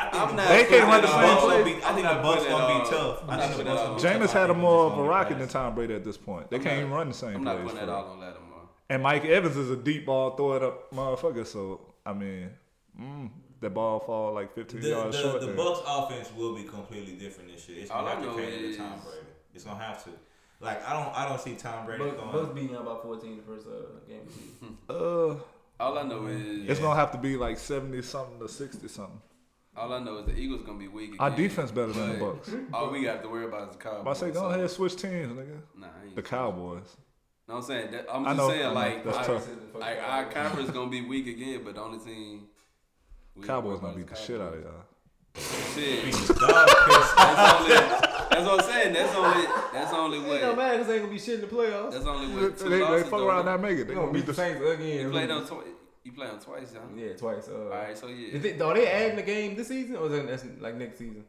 I think I'm the not Bucks- They can't run the I think same Bucks play. gonna be- I think I'm the not Bucks putting gonna it be on- tough. I'm I not think the putting Bucks it gonna on. be tough. James I had a think more it's of a gonna be rocket than fast. Tom Brady at this point. They can't even run the same I'm not plays. putting that for all it. on Lattimore. And Mike Evans is a deep ball throw it up motherfucker. So I mean, mm, the ball fall like 15 yards The, short. the, the then. Bucks offense will be completely different this year. It's All gonna I have to know cater to is- Tom Brady. It's gonna have to. Like I don't I don't see Tom Brady Bucks going. Bucks beating y'all by fourteen the first uh, game. Uh, All I know is It's gonna have to be like seventy something to sixty something. all I know is the Eagles gonna be weak. Again, Our defense better than the but Bucks. All we got to worry about is the Cowboys. But I say go so- ahead, switch teams, nigga. Nah, I ain't. The Cowboys. No, I'm saying that, I'm I just know- I saying know, like that's I- tough. Like our conference gonna be weak again, but the only team we Cowboys worry gonna about beat the is shit out of Cowboys. y'all. Shit, Dog piss. that's, only, that's what I'm saying. That's only that's only Ain't no what matter because ain't gonna be shit in the playoffs. that's *laughs* only They, what two they losses. fuck though, around right? that make it. They They gonna beat the Saints again. You played them twice. You played them twice, huh? Yeah, twice. Uh, All right, so Is yeah. they, are they adding the game this season or is that that's like next season?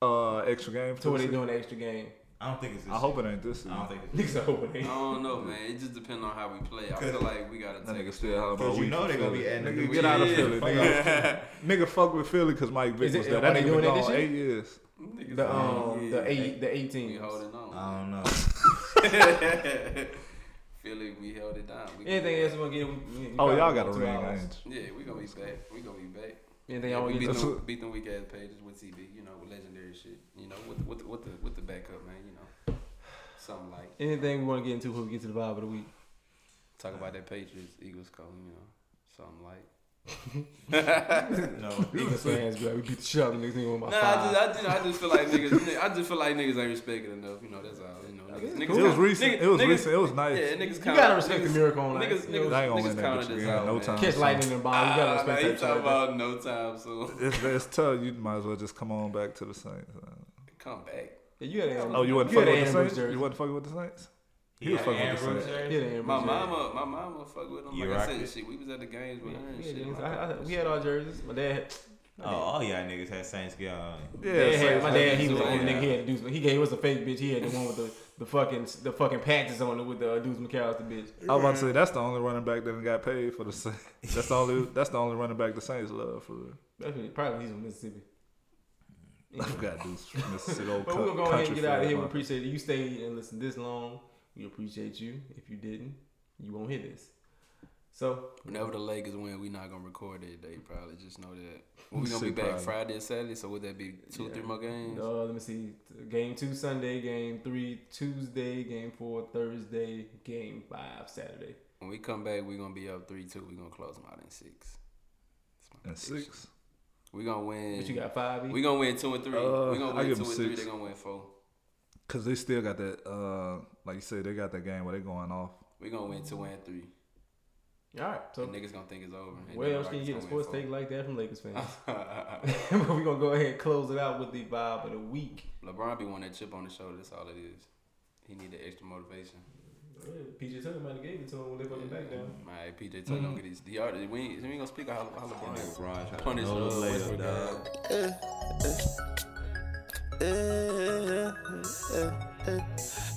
uh extra game. So To when they the doing the extra game? *laughs* I don't think it's. This I hope it ain't this Year. season. I don't think it's. This Niggas are hoping I they. don't know, man. It just depends on how we play. I feel like we gotta That take. nigga still hollering about Cause you we know from they gonna be Philly. adding the nigga new get out of year. Philly, nigga. nigga fuck with Philly because Mike Vick Is it- was there. are That they nigga doing been it this gone year? eight years. Niggas The um saying, the eight the yeah, we eighteen. holding *laughs* on. I don't *laughs* know. Philly, we held it down. We Anything else you wanna get? we- we Oh, y'all probably got a two ring, hours. ain't Yeah, we gonna be back. We gonna be back. Anything Yeah, y'all we wanna beat get? That's them, what- beat them weak ass pages with TV, you know, with legendary shit, you know, with with with the with the backup man, you know, something like Anything we wanna get into? Who get to the vibe of the week? talk about that Patriots Eagles call, you know, something like. No, Eagles fans be like, we beat the shit out of the niggas. Nigga, Nah, my I five. just, I just I just feel like niggas, I just feel like niggas ain't respected enough, you know. That's all, you know. Niggas, niggas it? It was recent. niggas- it was niggas- recent. It was Yeah, nice. niggas You count- gotta respect the niggas- migga on Niggas, that. niggas, They ain't gonna niggas win that counted bitch us again, out, no man. time. Catch lightning in a bottle. You gotta Ah, man, you respect talking that. about no time soon. It's, it's tough. You might as well just come on back to the Saints. *laughs* Come back. Yeah, You had Oh, had you wasn't fucking with the Aaron Rodgers Saints. jersey. You wasn't fucking with the Saints. He Yeah, was fucking with the Aaron Saints. Yeah, Rodgers. you had Aaron My Rodgers jersey. mama, my mama fuck with him. You Like I rock said, it. shit, we was at the games with Yeah, her and yeah, shit. niggas. My I, I, dad- we had our jerseys. My dad, my dad, Oh, all y'all niggas had Saints get on. Yeah, dad Saints had, my had dad. He the was the Saints. only nigga he had to do. He gave us a fake bitch. He had the one with the, the fucking the fucking patches on it with the uh, dudes McAllister bitch. I was about to say that's the only running back that got paid for the Saints. That's the only. That's the only running back the Saints love for real. That's what- probably he's from Mississippi. I forgot dudes from Mississippi. *laughs* Old But we're cou- gonna go ahead country and get out of fan, here. We man. appreciate it. You stayed and listened this long. We appreciate you. If you didn't, you won't hear this. So Whenever the Lakers win, we not gonna record that day. Probably just know that. Well, we gonna Say be back probably. Friday and Saturday. So would that be two, Yeah. three more games? uh, let me see. Game two Sunday. Game three Tuesday. Game four Thursday. Game five Saturday. When we come back, we gonna be up three, two. We gonna close them out in six. That's my And prediction. six. We gonna win. But you got five. E? each? we gonna win two and three. Uh, we gonna I win two give and them three. six. They gonna win four. Cause they still got that, uh, like you said, they got that game where they going off. We gonna win two and three. All right. The So niggas gonna think it's over. and Where then else can you get Rockets a gonna win sports take like that from Lakers fans? four. *laughs* but we're gonna go ahead and close it out with the vibe of the week. *laughs* LeBron be wanting that chip on the shoulder. That's all it is. He need the extra motivation. PJ Tucker might have gave it to him when they fucking back down. My PJ Tucker don't get his. He already, we ain't, we ain't gonna speak on how, how LeBron punish Punish uh, later, Westbrook. dog. uh, Yeah, yeah, yeah, yeah.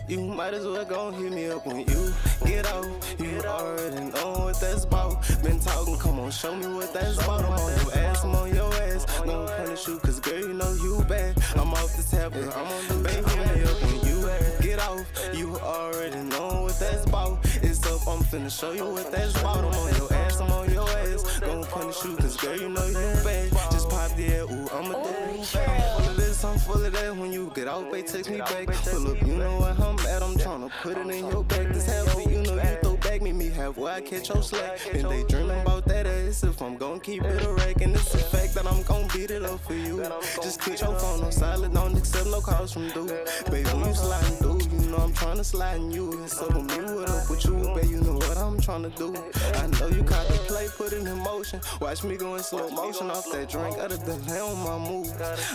You might as well go hit me up when you get out. You already know what that's about. Been talking, come on, show me what that's about. I'm on your ass, I'm on your ass. Gonna punish you, cause girl, you know you bad. I'm off the tap, but I'm on the bank. Hit me up when you get off. You already know what that's about. It's up, I'm finna show you what that's about. I'm on your ass, I'm on your ass. Gonna punish you, cause girl, you know you bad. Just pop the air, ooh, I'm a dude. I'm full of this, I'm full of that. When you get out, babe, text me back. Pull up, you know what I'm at. I'm tryna put it in your back. This half you know you throw back. Make me have where I catch your slack. Been they dreaming about that ass. If I'm gon' keep it a rack, and it's a fact that I'm gon' beat it up for you. Just put your phone on silent, don't accept no calls from dude. Babe, when you sliding through, you know I'm tryna slide in you. And so when you what up with you, babe, you know what I'm tryna do. I know you caught the play, put it in motion. Watch me go in slow motion off that drink, other delay on my move.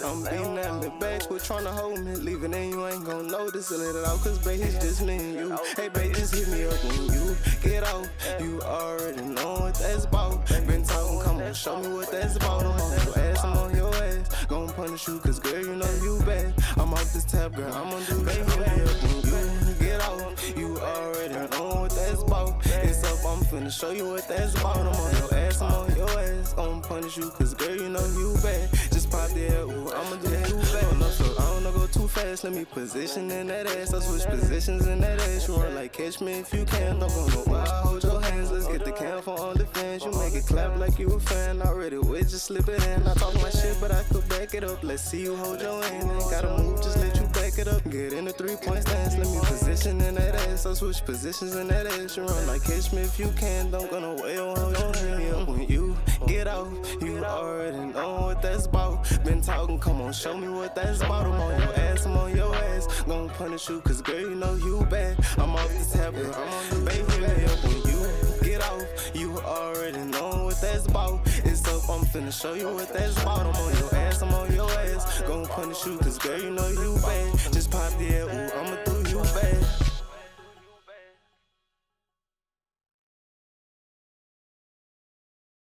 I'm beating at the back, quit tryna hold me. Leave it in, you ain't gon' notice. Let it out, cause babe, it's just me and you. Hey, babe, just hit me up when you get out. You already know what that's about. Been talking, come on, show me what that's about. I'm on your ass, I'm on your ass. Gonna punish you, cause girl, you know you bad. I'm off this tab, girl, I'm on the baby. Hit me up when you get out. You already know what that's about. It's up, I'm finna show you what that's about. I'm on your ass, I'm on your ass. Gonna punish you, cause girl, you know you bad. Just pop the air, ooh, I'ma do you bad. No, so I don't know, go too fast. Let me position in that ass. I switch positions in that ass. You run like catch me if you can. Don't go nowhere, I hold your hands. Let's get the cam for on the fans. You make it clap like you a fan. Already with, just slip it in. I talk my shit, but I could back it up. Let's see you hold your hand. Ain't gotta move, just let you back it up. Get Get in the three point stance, let me position in that ass. I switch positions in that ass. You run like catch me if you can. Don't go no way on your me up when you get out. You already know what that's about. Been talking, come on, show me what that's about. I'm on your ass, I'm on your ass. Gonna punish you, cause girl, you know you bad. I'm off this habit. I'm on the baby, me up when you get out. You already know what that's about. It's up, I'm finna show you what that's about. I'm on your ass, I'm on your ass. Gonna punish you, cause girl, you know you bad. Just pop the air, ooh, I'ma do you bad.